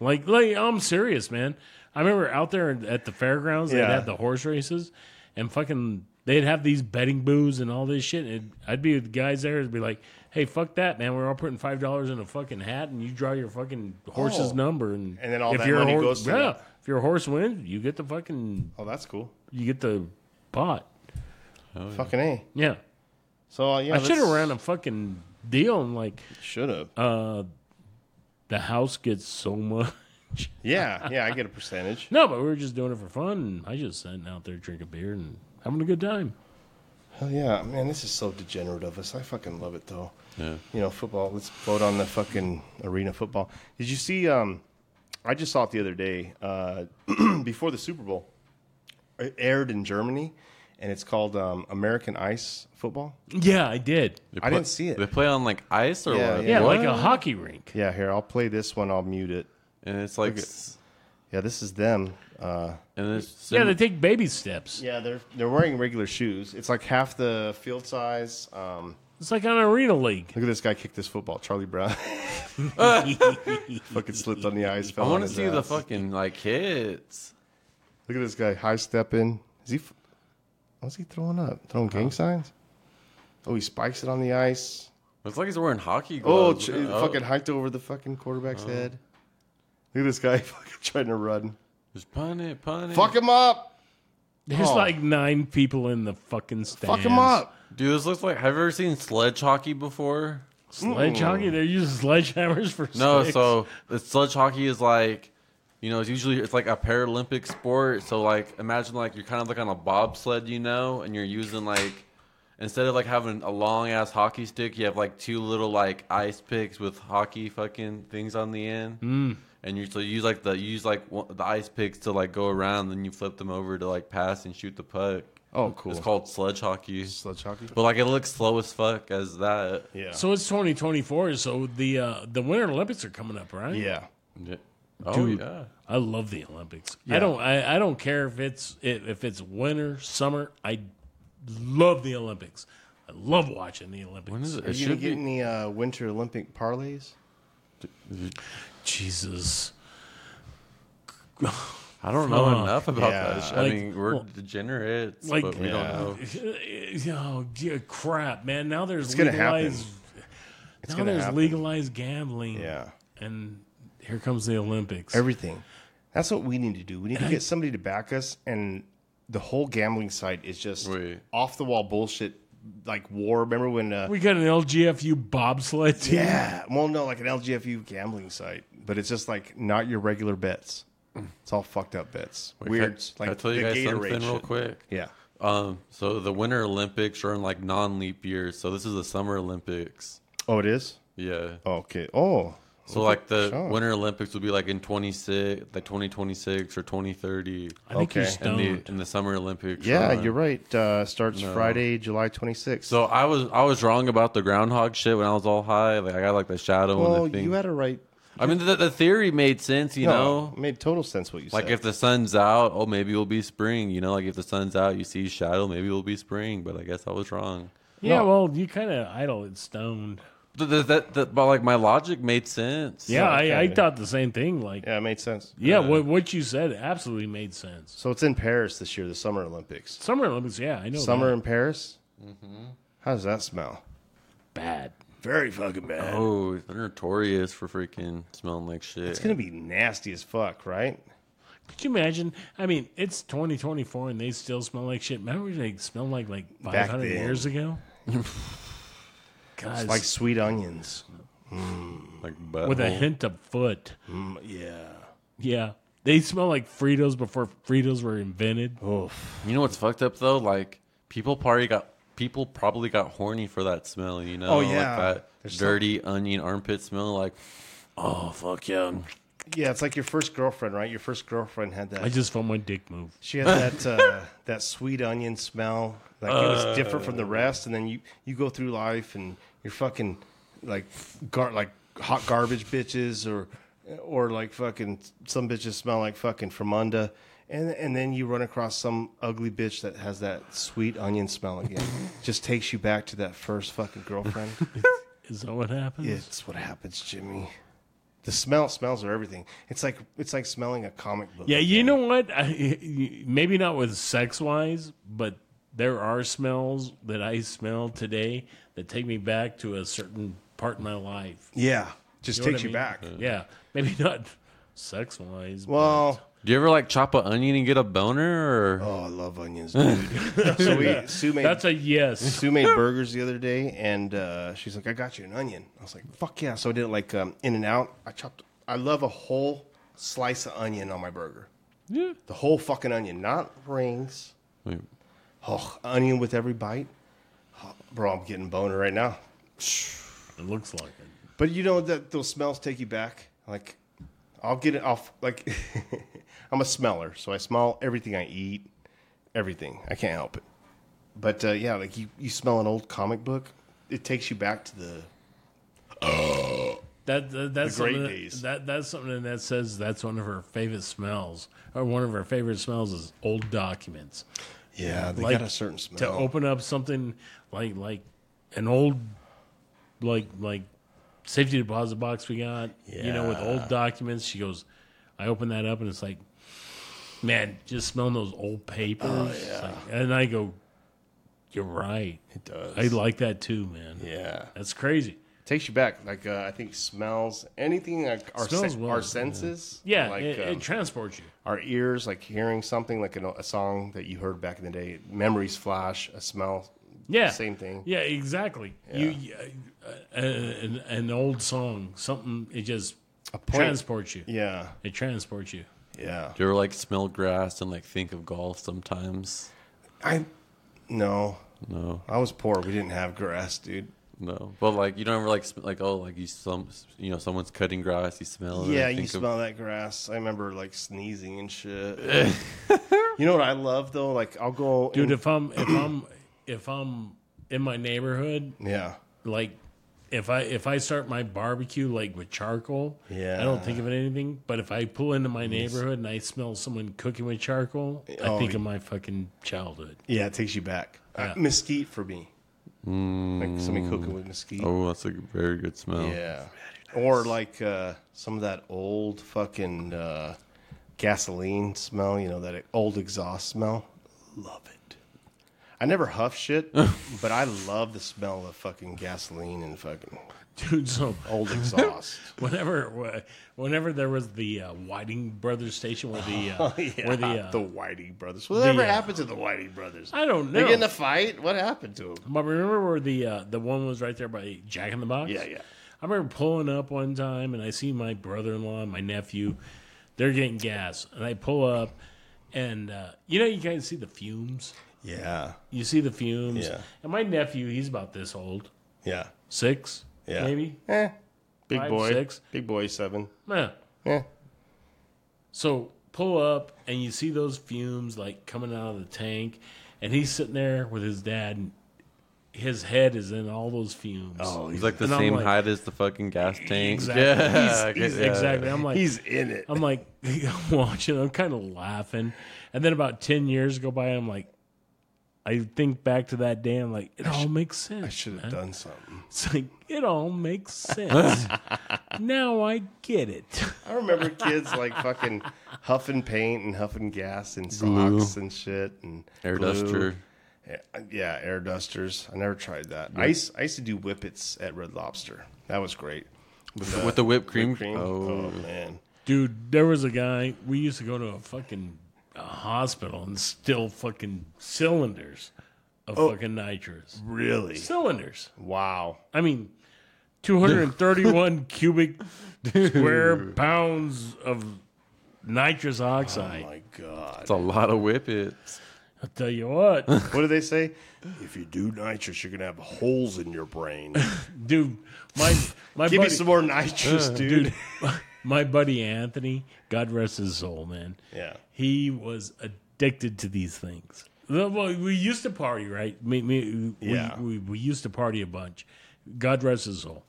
like, like I'm serious, man. I remember out there at the fairgrounds, Yeah. they'd have the horse races, and fucking they'd have these betting booths and all this shit. And I'd be with the guys there and be like, "Hey, fuck that, man. We're all putting five dollars in a fucking hat, and you draw your fucking horse's Oh. number, and And then all that your money hor- goes to yeah, the- if your horse wins, you get the fucking Oh, that's cool. you get the pot. Oh, Fucking a. Yeah, So uh, yeah, I should have ran a fucking deal and like. Should have. the house gets so much. yeah, yeah. I get a (laughs) percentage. No, but we were just doing it for fun. And I just sitting out there drinking beer and having a good time. Hell Oh, yeah, man. This is so degenerate of us. I fucking love it though. Yeah. You know, football. Let's vote on the fucking arena football. Did you see? Um, I just saw it the other day uh, (clears throat) before the Super Bowl. It aired in Germany, and it's called um, American Ice Football. Yeah, I did. They I didn't see it. They play on like ice or Yeah, what? Yeah, What? like a hockey rink. Yeah, here I'll play this one. I'll mute it. and it's like Look at- s- Yeah, this is them. Uh, and it's Yeah, sim- they take baby steps. yeah, they're they're wearing regular shoes. It's like half the field size. Um, It's like an arena league. (laughs) look at this guy kick this football, Charlie Brown. (laughs) Fucking slipped on the ice. I fell on want to his see the ass. fucking like hits. Look at this guy high stepping. Is he? f- What's he throwing up? Throwing gang signs? Oh, he spikes it on the ice. It's like he's wearing hockey Oh, gloves. ch- fucking hiked over the fucking quarterback's head. Look at this guy (laughs) fucking trying to run. just pun it, pun it. Fuck him up. There's Oh. like nine people in the fucking stands. Fuck him up. dude. This looks like. Have you ever seen sledge hockey before? Sledge hockey. They're using sledgehammers for No, sticks. so the sledge hockey is like, you know, it's usually it's like a Paralympic sport. So like, imagine like you're kind of like on a bobsled, you know, and you're using like instead of like having a long ass hockey stick, you have like two little like ice picks with hockey fucking things on the end. Hmm. Mm. And you so you use like the you use like one, the ice picks to like go around, then you flip them over to like pass and shoot the puck. Oh, cool. It's called sledge hockey, sledge hockey. but like it looks slow as fuck as that. Yeah. So it's 2024. So the uh, the Winter Olympics are coming up, right? yeah. Oh Dude. yeah. I love the Olympics. I don't. I, I don't care if it's if if it's winter, summer. I love the Olympics. I love watching the Olympics. When is it? Are It you gonna should get be. any uh, Winter Olympic parlays? Jesus, I don't know Fuck. enough about that. Yeah. shit. I Like, mean, we're well, degenerates, like- but we Yeah. don't know. Oh, dear crap, man! Now there's It's gonna happen. legalized. Now gonna there's happen. legalized gambling. Yeah. and here comes the Olympics. Everything. That's what we need to do. We need to (clears throat) get somebody to back us, and the whole gambling site is just Wait. off the wall bullshit, like war. Remember when? Uh, we got an LGFU bobsled team. yeah. Well, no, like an LGFU gambling site, but it's just like not your regular bets. It's all fucked up bets. Mm. Wait, Weird. can- like can I tell you the guys Gatorade something real shit. quick. Yeah. Um, so the Winter Olympics are in like non-leap years, so this is the Summer Olympics. Oh, it is. Yeah. Okay. Oh. So like the Sure. Winter Olympics would be like in 26, like 2026 or 2030. I think you're Okay, And stoned. the, and the Summer Olympics. Yeah, are on- you're right. Uh, starts Friday, July 26th. So I was I was wrong about the groundhog shit when I was all high. Like I got like the shadow well, and the thing. you had a right. I mean, the, the theory made sense, you No, know. it made total sense what you Like said. if the sun's out, oh maybe it'll be spring. You know, like if the sun's out, you see shadow, maybe it'll be spring. But I guess I was wrong. yeah, No. well, you kind of idle it stoned. The, the, that the, but like my logic made sense. Yeah, I, I okay. thought the same thing. Like, yeah, yeah, it made sense. what what you said absolutely made sense. So it's in Paris this year, the Summer Olympics. Summer Olympics, yeah, I know. Summer that. in Paris? How does that smell? bad. Mm-hmm. Very fucking bad. Oh, they're notorious for freaking smelling like shit. It's going to be nasty as fuck, right? Could you imagine? I mean, it's 2024 and they still smell like shit. Remember when they smelled like like Back 500 then. years (laughs) ago? Guys, Like sweet onions. like butthole. with a hint of foot. Mm, yeah. Yeah. They smell like Fritos before Fritos were invented. Oh. Oof. You know what's fucked up though? Like people probably got people probably got horny for that smell. You know, Oh, yeah. like that There's some- dirty onion armpit smell. Like, oh fuck yeah, Yeah, it's like your first girlfriend, right? Your first girlfriend had that. I just felt my dick move. she had that uh, that sweet onion smell. Like it was different from the rest, and then you you go through life and you're fucking like gar- like hot garbage bitches or or like fucking some bitches smell like fucking Fremunda. And, and then you run across some ugly bitch that has that sweet onion smell again. Just takes you back to that first fucking girlfriend. Is that what happens? it's what happens, Jimmy. The smell smells are everything. It's like it's like smelling a comic book. Yeah, you know what? I, (laughs) maybe not with sex wise, but there are smells that I smell today that take me back to a certain part in my life. Yeah. Just know what takes I you mean? back. Yeah, maybe not (laughs) sex wise. Well, Do you ever like chop an onion and get a boner? Or oh, I love onions, dude. so we Sue made that's a yes. Sue made burgers the other day, and uh, she's like, "I got you an onion." I was like, "Fuck yeah!" So I did it like um, in and out. I chopped. I love a whole slice of onion on my burger. Yeah. The whole fucking onion, not rings. Wait, Oh, onion with every bite. Oh, bro, I'm getting boner right now. It looks like it. But you know that those smells take you back. Like, I'll get it off. Like, (laughs) I'm a smeller, so I smell everything I eat, everything. I can't help it. But uh, yeah, like you, you smell an old comic book, it takes you back to the. That, that that's The great something days. That, that that's something that says that's one of her favorite smells, or one of her favorite smells is old documents. Yeah, they Like, got a certain smell. to open up something like like an old like like safety deposit box we got you know with old documents she goes i open that up and it's like man just smelling those old papers Oh, It's like- and i go you're right it does. i like that too man yeah, that's crazy takes you back. Like uh, I think smells, anything like our Smells sen- will, our yeah. senses. yeah like it, um, it transports you our ears, like hearing something, like an, a song that you heard back in the day. Memories flash, a smell. yeah same thing. yeah exactly you uh, uh, an, an old song something it just transports you Yeah, it transports you yeah. do you ever like smell grass and like think of golf sometimes? I no. No, I was poor. We didn't have grass, dude. no. But like you don't ever like sm- like oh like you some you know someone's cutting grass, you smell. it, yeah, and you think of- smell that grass. I remember like sneezing and shit. (laughs) you know what I love though? Like I'll go dude. and- If I'm if I'm if I'm in my neighborhood, yeah. like if I if I start my barbecue like with charcoal, Yeah. I don't think of it anything. But if I pull into my neighborhood and I smell someone cooking with charcoal, I Oh, think of yeah. my fucking childhood. (laughs) Yeah, it takes you back. Uh, Yeah. mesquite for me. Like somebody cooking with mesquite. Oh, that's a very good Oh, smell. Yeah. Or like uh, some of that old fucking uh, gasoline smell, you know, that old exhaust smell. Love it. I never huff shit, (laughs) but I love the smell of fucking gasoline and fucking dude. So old (laughs) exhaust. whenever whenever there was the uh, Whiting Brothers station where the (laughs) uh, where the, uh, Oh, the Whitey brothers. Whatever the, uh, happened to the Whitey brothers? I don't They know. get in a fight. What happened to them? But remember where the uh, the one was right there by Jack in the Box? Yeah, yeah. I remember pulling up one time and I see my brother in law and my nephew. They're getting gas. And I pull up and uh, you know you kind of see the fumes. Yeah, You see the fumes. Yeah. And my nephew, he's about this old. yeah, Six, yeah. maybe? Eh, big Five, boy, six. big boy, seven. Yeah. Yeah. So pull up and you see those fumes like coming out of the tank, and he's sitting there with his dad. And his head is in all those fumes. Oh, He's like the And I'm same like- height as the fucking gas tank. Exactly. (laughs) Yeah, He's- he's- yeah. Exactly. I'm like, He's in it. I'm like (laughs) I'm watching. I'm kind of laughing, and then about ten years go by, and I'm like, I think back to that day. I'm like, it all makes sense. I should have done something. It's like it all makes (laughs) sense. now I get it. I remember kids like fucking huffing paint and huffing gas and socks and shit and Air glue. Uh, duster. Yeah, air dusters. I never tried that. I used I used to do whippets at Red Lobster. That was great. With, With the whipped cream. Oh. Oh. man, Dude, there was a guy. We used to go to a fucking uh hospital and still fucking cylinders of Oh. fucking nitrous. really? Cylinders. Wow. I mean, (laughs) 231 cubic square pounds of nitrous oxide. Oh My God. It's a lot of whippets. I'll tell you (laughs) what, What do they say? If you do nitrous, you're gonna have holes in your brain. dude. My my Give me buddy, some more nitrous, dude. dude, (laughs) my buddy Anthony, God rest his soul, man. Yeah. he was addicted to these things. Well, we used to party, right? Me, me, we, Yeah. we, we used to party a bunch. God rest his soul.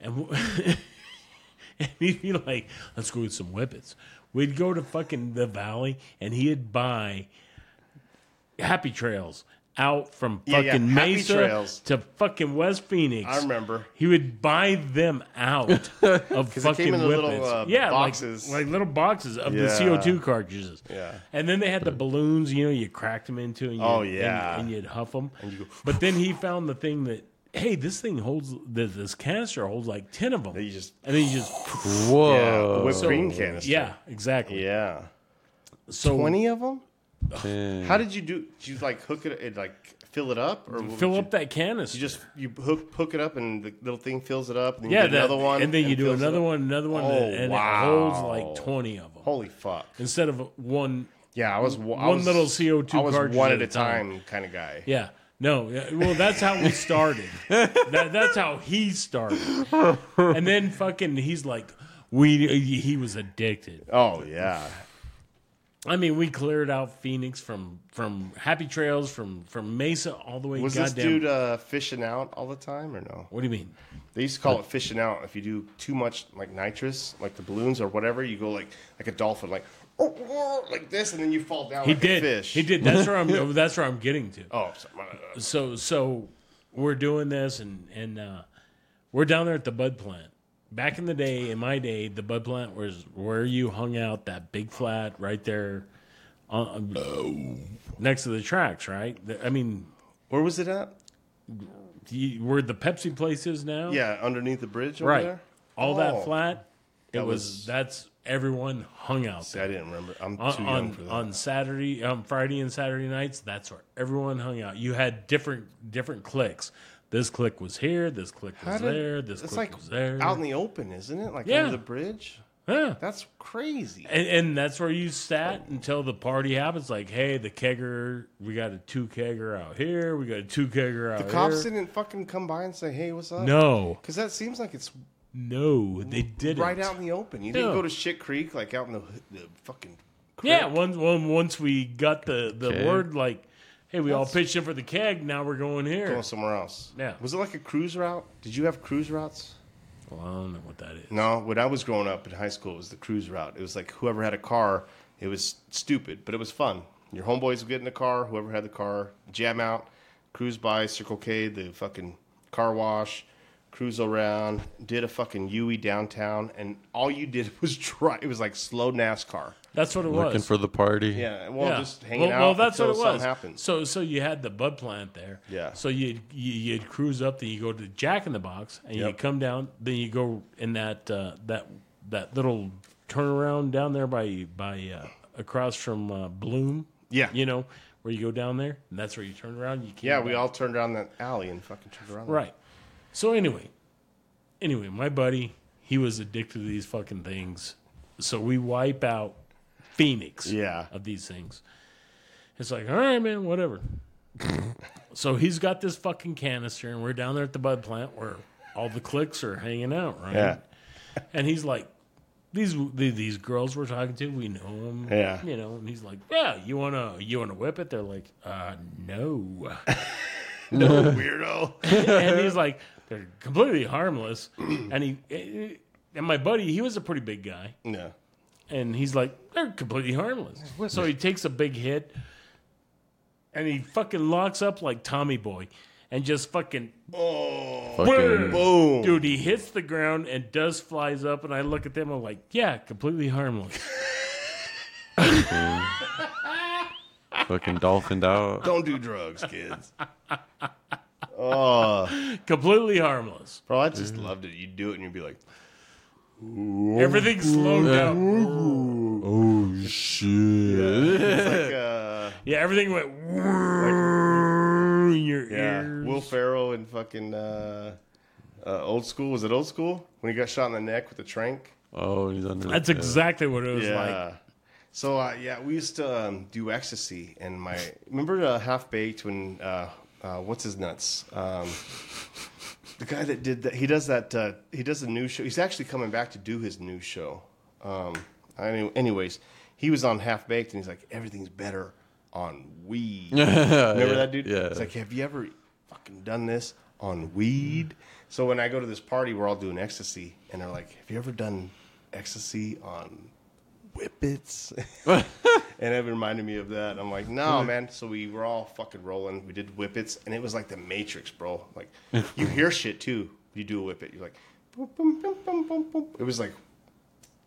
And, w- (laughs) and he'd be like, let's go get some whippets. We'd go to fucking the valley and he'd buy Happy Trails out from Yeah, fucking yeah, Happy Mesa Trails. to fucking West Phoenix. I remember. He would buy them (laughs) out of it came fucking in the whippets. little, uh, yeah, like- boxes. like, little boxes of the Yeah. CO2 cartridges. Yeah. And then they had the balloons, you know, you cracked them into and you, Oh, yeah. and, and you'd huff them. (laughs) but then he found the thing that, hey, this thing holds, this, this canister holds like 10 of them. That you just- and then you just, Yeah, Whoa. whipped cream canister. yeah, exactly. Yeah. So Twenty of them. Dang. How did you do? Did you like hook it and like fill it up, or what fill would up that canister. You, you just you hook hook it up, and the little thing fills it up. And then yeah, you do that- another one, And then you do fills it another up. one, another one, Oh, and it holds wow. like 20 of them. Holy fuck! Instead of one Yeah, I was I One was- little CO2 I was cartridge one at at a a time, kind of guy. Yeah. No. yeah, Well, that's how we started. that, that's how he started. And then fucking, he's like, we. He was addicted. Oh yeah, I mean, we cleared out Phoenix from from Happy Trails from from Mesa all the way. was goddamn, this dude uh, fishing out all the time or no? What do you mean? They used to Uh, call it fishing out if you do too much like nitrous, like the balloons or whatever. You go like like a dolphin, like (laughs) "Oh, oh," like this, and then you fall down. He like did. A fish. He did. That's where I'm. that's where I'm getting to. Oh, so- uh, so so we're doing this and and uh, we're down there at the bud plant. Back in the day, in my day, the bud plant was where you hung out that big flat right there, on, Oh. next to the tracks. Right? The- I mean, where was it at? you, where the Pepsi place is now. Yeah, underneath the bridge. Over Right. There? All Oh. that flat. It That was, was- that's everyone hung out See, I didn't remember. I'm on too young on, for that. on Saturday, on Friday and Saturday nights. That's where everyone hung out. You had different different cliques. This clique was here. This clique How was did- there. This it's clique like was there. out in the open, isn't it? Like Yeah. under the bridge. yeah. That's crazy. And, and that's where you sat until the party happens. Like, hey, the kegger, we got a two kegger out here. We got a two kegger out the cops here. didn't fucking come by and say, "Hey, what's up?" No, because that seems like it's no, they didn't. right out in the open. You didn't No. go to Shit Creek, like out in the, the fucking. Creek. Yeah, once one, once we got the the Keg. word like, hey, we all pitched in for the keg. Now we're going here. Going somewhere else. Yeah. Was it like a cruise route? Did you have cruise routes? Well, I don't know what that is. No. When I was growing up in high school, it was the cruise route. It was like whoever had a car, it was stupid, but it was fun. Your homeboys would get in the car, whoever had the car, jam out, cruise by Circle K, the fucking car wash, cruise around, did a fucking Yui downtown, and all you did (laughs) was try. It was like slow NASCAR. That's what it Looking was. for the party. Yeah, well, Yeah. just hanging well, out. Well, that's what until it was. something happened. So, so you had the bud plant there. Yeah. So you'd, you you'd cruise up, then you go to Jack in the Box, and you Yep. come down, then you go in that uh, that that little turnaround down there by by uh, across from uh, Bloom. Yeah. You know where you go down there, and that's where you turn around. You came yeah, we back. all turned down that alley and fucking turned around. Right. So anyway, anyway, my buddy, he was addicted to these fucking things. So we wipe out Phoenix Yeah. of these things. It's like, all right, man, (laughs) whatever. so he's got this fucking canister, and we're down there at the bud plant where all the clicks are hanging out, right? Yeah. And he's like, these the- these girls we're talking to, we know them, Yeah. you know. And he's like, yeah, you wanna you wanna whip it? They're like, uh, no. (laughs) Weirdo. (laughs) and he's like, they're completely harmless. And he, and my buddy, he was a pretty big guy, no. and he's like, they're completely harmless. So he takes a big hit, and he fucking locks up like Tommy Boy, and just fucking Fucking- Boom. dude, he hits the ground and dust flies up, and I look at them, I'm like, yeah, completely harmless. (laughs) fucking dolphined out. Don't do drugs, kids. oh, completely harmless. bro, I just loved it. You'd do it and you'd be like, Everything slowed down. Oh shit! like uh, Yeah, everything went. whirr (laughs) in your yeah, ears. Will Ferrell in fucking uh, uh, old school. Was it old school when he got shot in the neck with the trank? Oh, he's under. That's yeah. (laughs) exactly what it was like. So uh, yeah, we used to um, do ecstasy, and my remember uh, half baked when uh, uh, what's his nuts. Um, the guy that did that, he does that. Uh, he does a new show. He's actually coming back to do his new show. Um, I knew, anyways, he was on half baked, and he's like, everything's better on weed. Remember that dude? Yeah. It's like, have you ever fucking done this on weed? So when I go to this party, we're all doing ecstasy, and they're like, have you ever done ecstasy on (laughs) whippets? and it reminded me of that. I'm like, no, man. So we were all fucking rolling. We did whippets, and it was like the Matrix, bro. (laughs) Like you hear shit too. You do a whippet. You're like, boom, boom, boom, boom, boom, boom. It was like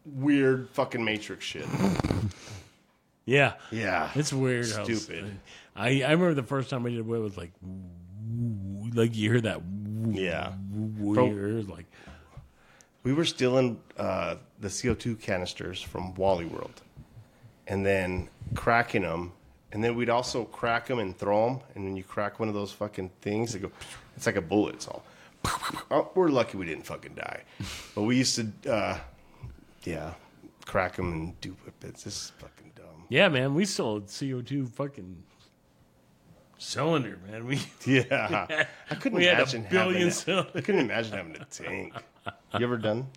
weird fucking Matrix (laughs) shit. Yeah. Yeah. It's weird. how- Stupid. I, I remember the first time I did it, it was like, woo, like you hear that woo, Yeah. woo Bro. in your ears, like, we were stealing uh, the CO2 canisters from Wally World and then cracking them. And then we'd also crack them and throw them. And then you crack one of those fucking things, they go, it's like a bullet. It's all. Oh, we're lucky we didn't fucking die. But we used to, uh, yeah, crack them and do whippets. This is fucking dumb. (laughs) yeah, man, we sold CO2 fucking cylinder, man. We (laughs) Yeah. I couldn't We had a imagine billion having cells. a, I couldn't imagine having a tank. You ever done?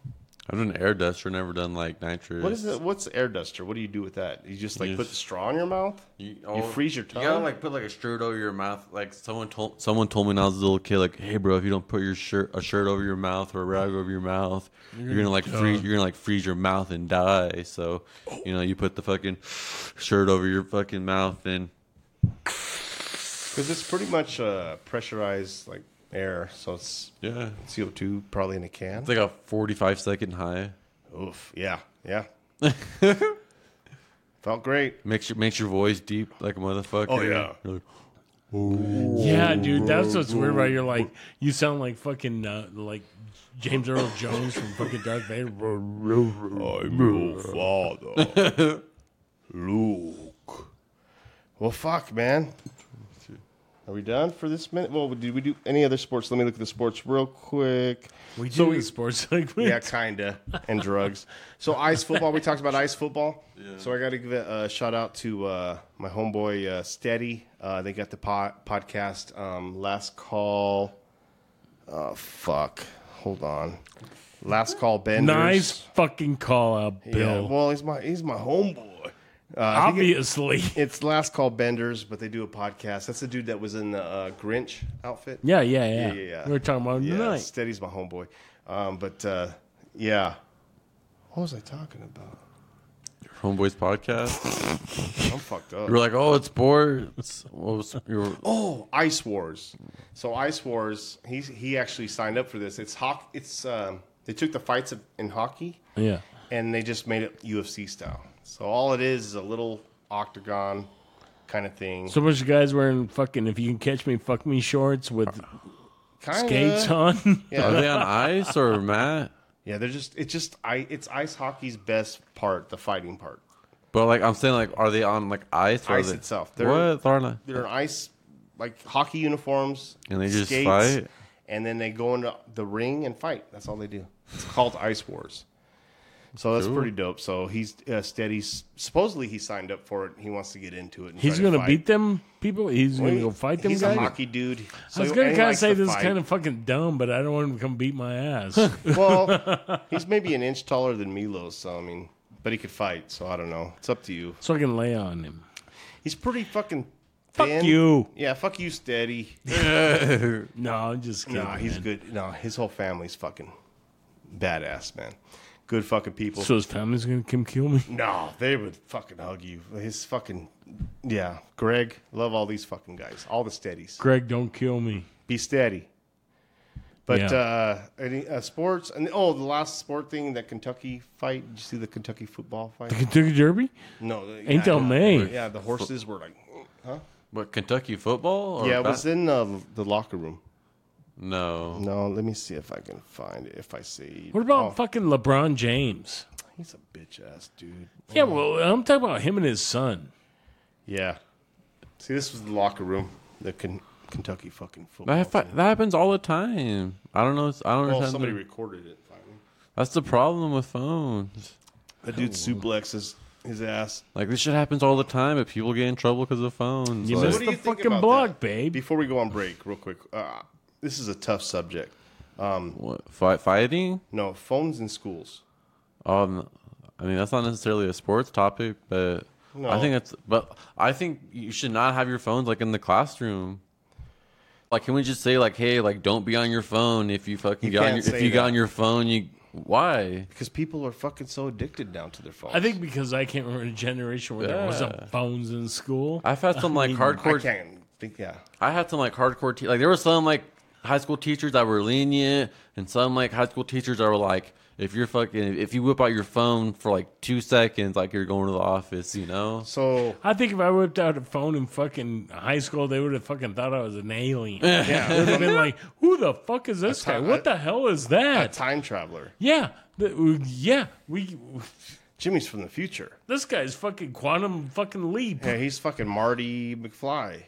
I've done air duster, never done like nitrous. What is it? What's air duster? What do you do with that? You just like You put just- the straw in your mouth? You, freeze your tongue? You gotta like put like a shirt over your mouth. Like someone told someone told me when I was a little kid, like, hey bro, if you don't put your shirt a shirt over your mouth or a rag over your mouth, you're, gonna like freeze. You're gonna like freeze your mouth and die. So, you know, you put the fucking shirt over your fucking mouth and Because it's pretty much uh, pressurized like air, so it's yeah, CO two probably in a can. it's like a 45 second high. Oof, yeah, yeah. Felt great. Makes your makes your voice deep like a motherfucker. Oh, yeah. You're like, yeah, dude, that's what's weird about it. you're like, you sound like fucking uh, like James Earl Jones from fucking Darth (laughs) Vader. I'm your father, Luke. Well, fuck, man. Are we done for this minute? Well, did we do any other sports? Let me look at the sports real quick. We do So we- sports (laughs) segment. yeah, kinda, and drugs. So ice football. We talked about ice football. So I got to give a, a shout out to uh, my homeboy uh, Steady. Uh, they got the po- podcast um, Last Call. Oh fuck! Hold on. Last Call Benders. Nice fucking call out, Bill. Yeah, well, he's my he's my homeboy. Uh, I think it- Obviously. (laughs) it's Last Call Benders, but they do a podcast. That's the dude that was in the uh, Grinch outfit. Yeah, yeah, yeah. Yeah, yeah, yeah. We were talking about Yeah, tonight. Steady's my homeboy. Um, but uh, yeah, what was I talking about? Homeboys podcast. I'm fucked up. You were like, oh, it's sports. What was your Oh, Ice Wars. So Ice Wars, he he actually signed up for this. It's hockey. It's um, they took the fights of, in hockey Yeah. and they just made it UFC style. So all it is is a little octagon kind of thing. So much guys wearing fucking if you can catch me, fuck me shorts with Kinda. skates on. Are they on ice or mat? Yeah, they're just it's just I it's ice hockey's best part, the fighting part. But like I'm saying, like, are they on like ice? Or are Ice they- itself. They're- What? They're on They're in ice like hockey uniforms And they just fight? and then they go into the ring and fight. That's all they do. It's called Ice Wars. So that's pretty dope. So he's uh, steady. Supposedly he signed up for it. He wants to get into it. (laughs) And He's try gonna fight. beat them people. He's Well, gonna go fight them He's guys. a hockey dude. I was so- gonna and he kind of likes say to this is fight. kind of fucking dumb, but I don't want him to come beat my (laughs) ass. (laughs) well, he's maybe an inch taller than Milos, so I mean, but he could fight. So I don't know. It's up to you. so I can lay on (laughs) him. He's pretty fucking. Fuck thin. you. Yeah, fuck you, Steady. ice. No, I'm just kidding. Nah, he's man. good. No, his whole family's fucking badass, man. Good fucking people. So his family's gonna come kill me. no, they would fucking hug you. His fucking yeah, Greg. Love all these fucking guys. All the Steadies. Greg, don't kill me. be steady. But Yeah. uh, any uh, sports and oh, the last sport thing that Kentucky fight. Did you see the Kentucky football fight? The Kentucky Derby? no, the- Ain't till yeah, May. Yeah, the horses were like, what Kentucky football? Or yeah, it ba- was in uh, the locker room. no. No, let me see if I can find it. If I see, What about Oh, fucking LeBron James? he's a bitch ass dude. Yeah, Oh. well, I'm talking about him and his son. Yeah. See, this was the locker room. The Ken- Kentucky fucking football. That, fa- that happens all the time. I don't know. I don't well, understand. somebody the- recorded it. Finally. That's the problem with phones. The dude suplexes his ass. Like this shit happens all the time, but people get in trouble because of phones. You Like, missed do the you think fucking about block, that? babe. Before we go on break, real quick, uh, this is a tough subject. what, fight, fighting? No, phones in schools. Um, I mean that's not necessarily a sports topic, but I No. think it's. But I think you should not have your phones like in the classroom. Like, can we just say like, hey, like, don't be on your phone if you fucking You got on can't your, if say you that. got on your phone, you why? Because people are fucking so addicted now to their phones. I think because I can't remember a generation where there Yeah. wasn't phones in school. I've had some (laughs) like I hardcore. can't think. Yeah, I, had some like hardcore. Te- like there were some like high school teachers that were lenient, and some like high school teachers that were like, if you're fucking, if you whip out your phone for like two seconds, like you're going to the office, you know. so I think if I whipped out a phone in fucking high school, they would have fucking thought I was an (laughs) alien. They'd yeah, have been like, "Who the fuck is this guy? ti- What the hell is that?" time traveler. Yeah, the, yeah, we. Jimmy's from the future. This guy's fucking quantum fucking leap. Yeah, he's fucking Marty McFly.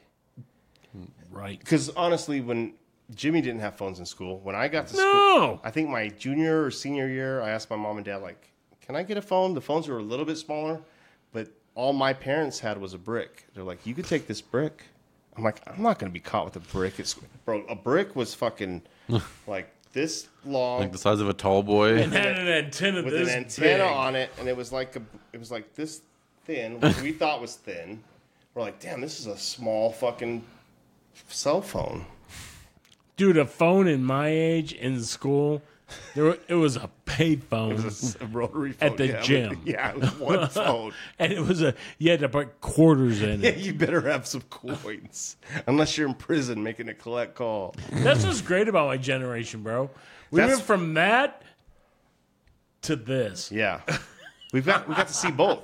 Right. Because honestly, when Jimmy didn't have phones in school, when I got to No. school, I think my junior or senior year, I asked my mom and dad, like, can I get a phone? The phones were a little bit smaller, but all my parents had was a brick. They're like, you could take this brick. I'm like, I'm not going to be caught with a brick. It's, bro, a brick (laughs) was fucking like this long Like the size of a tall boy. And had an antenna with this an antenna big. on it, and it was like a, it was like this thin, which we thought was thin. We're like, damn, this is a small fucking cell phone. Dude, a phone in my age in school, there were, it was a pay phone. (laughs) It was a s- rotary phone At the yeah, but- gym. (laughs) yeah, it (laughs) was one phone. and it was a you had to put quarters in it. (laughs) you better have some coins, unless you're in prison making a collect call. That's what's great about my generation, bro. We That's- went from that to this. Yeah, we've got we got to see both.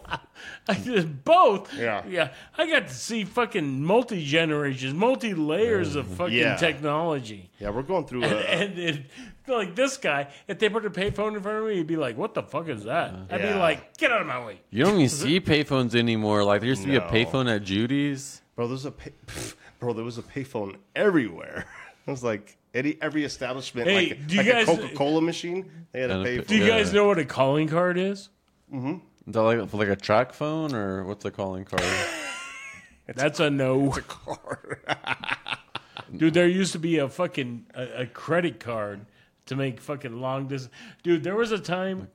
I did (laughs) both. Yeah. Yeah. I got to see fucking multi generations, multi layers of fucking Mm-hmm. Yeah. Uh-huh. technology. Yeah, we're going through. A, And it, like this guy, if they put a payphone in front of me, he'd be like, "What the fuck is that?" I'd be Yeah. like, "Get out of my way!" You don't even see payphones anymore. Like there used to be a No. payphone at Judy's. bro, there's a pay, (laughs) pff, bro, there was a payphone everywhere. It was like any every establishment, Hey, like, do you like a guys- Coca Cola machine, they had a And a payphone. Do you Yeah. guys know what a calling card is? Is that like like a track phone or what's the calling card? That's a no. (laughs) Dude, there used to be a fucking a, a credit card to make fucking long distance. Dude, there was a time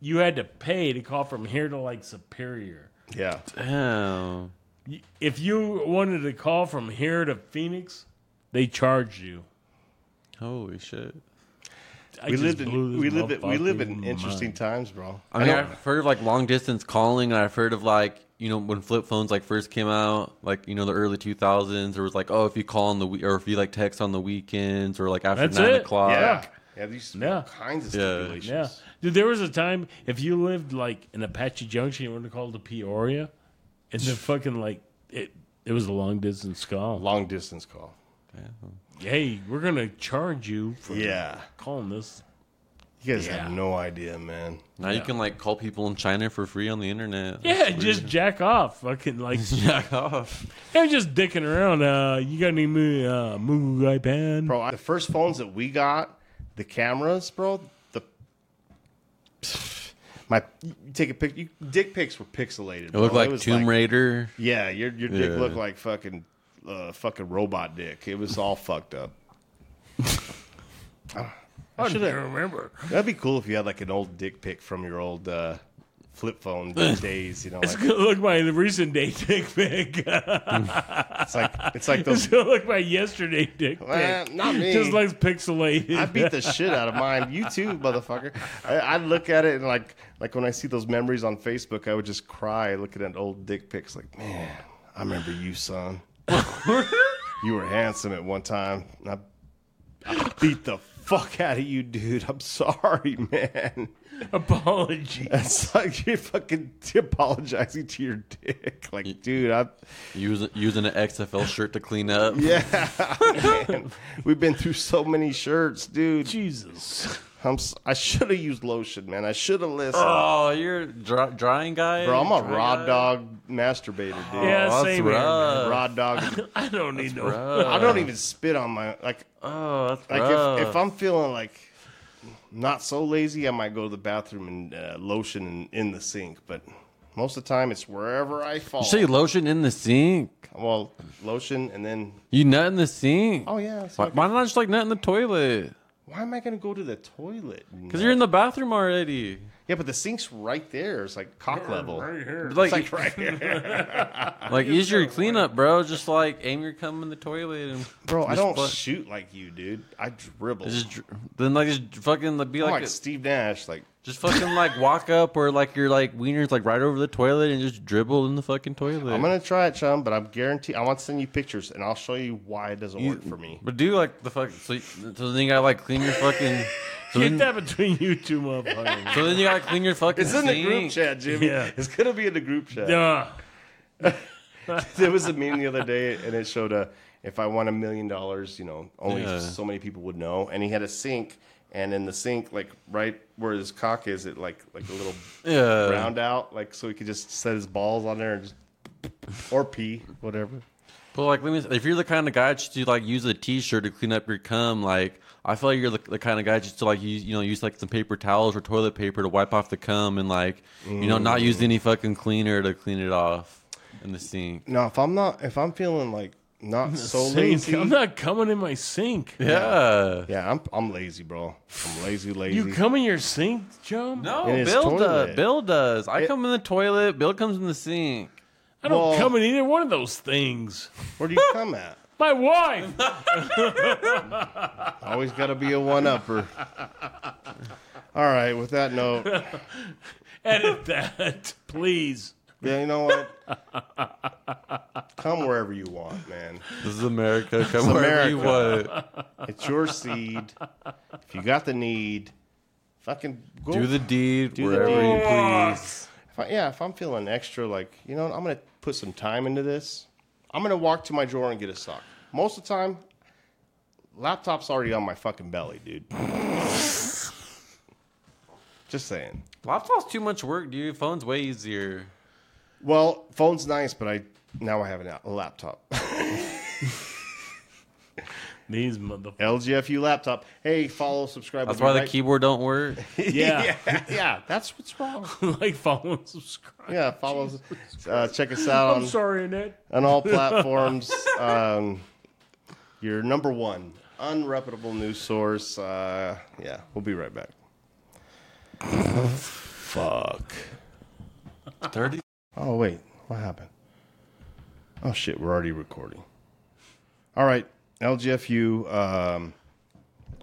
you had to pay to call from here to like Superior. Yeah, Damn. Y- If you wanted to call from here to Phoenix, they charged you. Holy shit. I we just lived in blew this we live in, we live in motherfucking interesting mind. times, bro. I mean, I've heard of like long distance calling, and I've heard of like you know when flip phones like first came out, like you know the early two thousands. There was like, oh, if you call on the we- or if you like text on the weekends or like after That's nine it. o'clock. yeah, yeah, these Yeah. all kinds of Yeah. stipulations. Yeah, dude. There was a time if you lived like in Apache Junction, you were called to Peoria, and the fucking like it. It was a long distance call. long distance call. Hey, we're gonna charge you for Yeah, calling this. you guys Yeah. have no idea, man. Now you can like call people in China for free on the internet. Yeah, just jack off, fucking like (laughs) Jack off. I'm just dicking around. Uh, you got any mo- uh, Moogle iPad? bro. I, the first phones that we got, the cameras, bro. The (sighs) my you take a pic. You, dick pics were pixelated. It bro. looked like was Tomb Raider. Yeah, your your dick Yeah. looked like fucking uh, fucking robot dick. It was all fucked (laughs) up. I should have remember. (laughs) That'd be cool if you had like an old dick pic from your old uh, flip (laughs) phone days. You know, It's like, gonna look my recent day (laughs) dick pic. it's like it's (laughs) like it's those. gonna look my yesterday dick pic. Eh, not me. Just like pixelated. I beat the shit out of mine. You too, motherfucker. I, I look at it and like like when I see those memories on Facebook, I would just cry looking at old dick pics. Like, man, I remember you, son. you were handsome at one time. and I, I beat the fuck out of you, dude. I'm sorry, man. (laughs) (laughs) Apology. Oh, It's like you're fucking apologizing to your dick. Like, dude, I Using using an XFL shirt to clean up. yeah. (laughs) man. We've been through so many shirts, dude. Jesus. I'm s- I should have used lotion, man. I should have listened. Oh, you're a dry, drying guy. Bro, I'm a Dry raw guy? dog masturbator, dude. yeah, that's same here. man. rough. Raw (laughs) dog. I don't need no. I don't even spit on my like. Oh, that's Like rough. if, if I'm feeling like not so lazy, I might go to the bathroom and uh, lotion in, in the sink. But most of the time, it's wherever I fall. you say lotion in the sink. well, lotion and then You nut in the sink. oh yeah. so Why, I- why not just like nut in the toilet? why am I gonna go to the toilet? Because you're in the bathroom already. yeah, but the sink's right there. It's like cock level. Like, (laughs) like use your cleanup, bro. Just like aim your cum in the toilet and (laughs) Bro, I Just don't put- shoot like you, dude. I dribble. just dr- then like just fucking like, be I'm like, like a- Steve Nash. Like just fucking like walk up or like your like wiener's like right over the toilet and just dribble in the fucking toilet. I'm gonna try it, chum, but I'm guarantee. I want to send you pictures, and I'll show you why it doesn't work for me. but do like the fuck. So, so then you gotta like clean your (laughs) fucking. (laughs) So Get then, that between you two motherfuckers. (laughs) so then you gotta clean your fucking. (laughs) It's in the group sink. chat, Jimmy. Yeah. It's gonna be in the group chat. Duh. There was a meme the other day, and it showed a if I won a million dollars, you know, only Yeah. so many people would know. And he had a sink, and in the sink, like right where his cock is, it like like a little Yeah. round out, like so he could just set his balls on there and just or pee, whatever. But like, let me. If you're the kind of guy just to like use a t-shirt to clean up your cum, like I feel like you're the, the kind of guy just to like use you know use like some paper towels or toilet paper to wipe off the cum and like you know not use any fucking cleaner to clean it off in the sink. No, if I'm not, if I'm feeling like not so Sink. lazy, I'm not coming in my sink. Yeah. yeah, I'm I'm lazy, bro. I'm lazy, lazy. You come in your sink, Joe? No, In his Bill does. toilet. Bill does. I come in the toilet. Bill comes in the sink. I don't Well- come in either one of those things. Where do you come at? My (laughs) wife. Always got to be a one upper. All right, with that note, Edit that, please. yeah, you know what? Come wherever you want, man. This is America. Come wherever you want. It's your seed. If you got the need, fucking go. Do the deed the wherever deed. you please. if I, yeah, if I'm feeling extra, like you know, I'm gonna put some time into this. I'm gonna walk to my drawer and get a sock. Most of the time, laptop's already on my fucking belly, dude. (laughs) Just saying. Laptop's too much work, dude. Phone's way easier. Well, phone's nice, but I now I have an a laptop. (laughs) These motherfuckers. (laughs) LGFU laptop. Hey, follow, subscribe. That's We'll why be the keyboard don't work. Yeah. right- (laughs) yeah, that's what's wrong. (laughs) like, follow and subscribe. Yeah, follow. Uh, check us out I'm on, sorry, Annette. on all platforms. um, your number one unreputable news source. Uh, yeah, we'll be right back. Fuck. Thirty Oh wait, what happened? Oh shit, we're already recording. All right, LGFU. Um,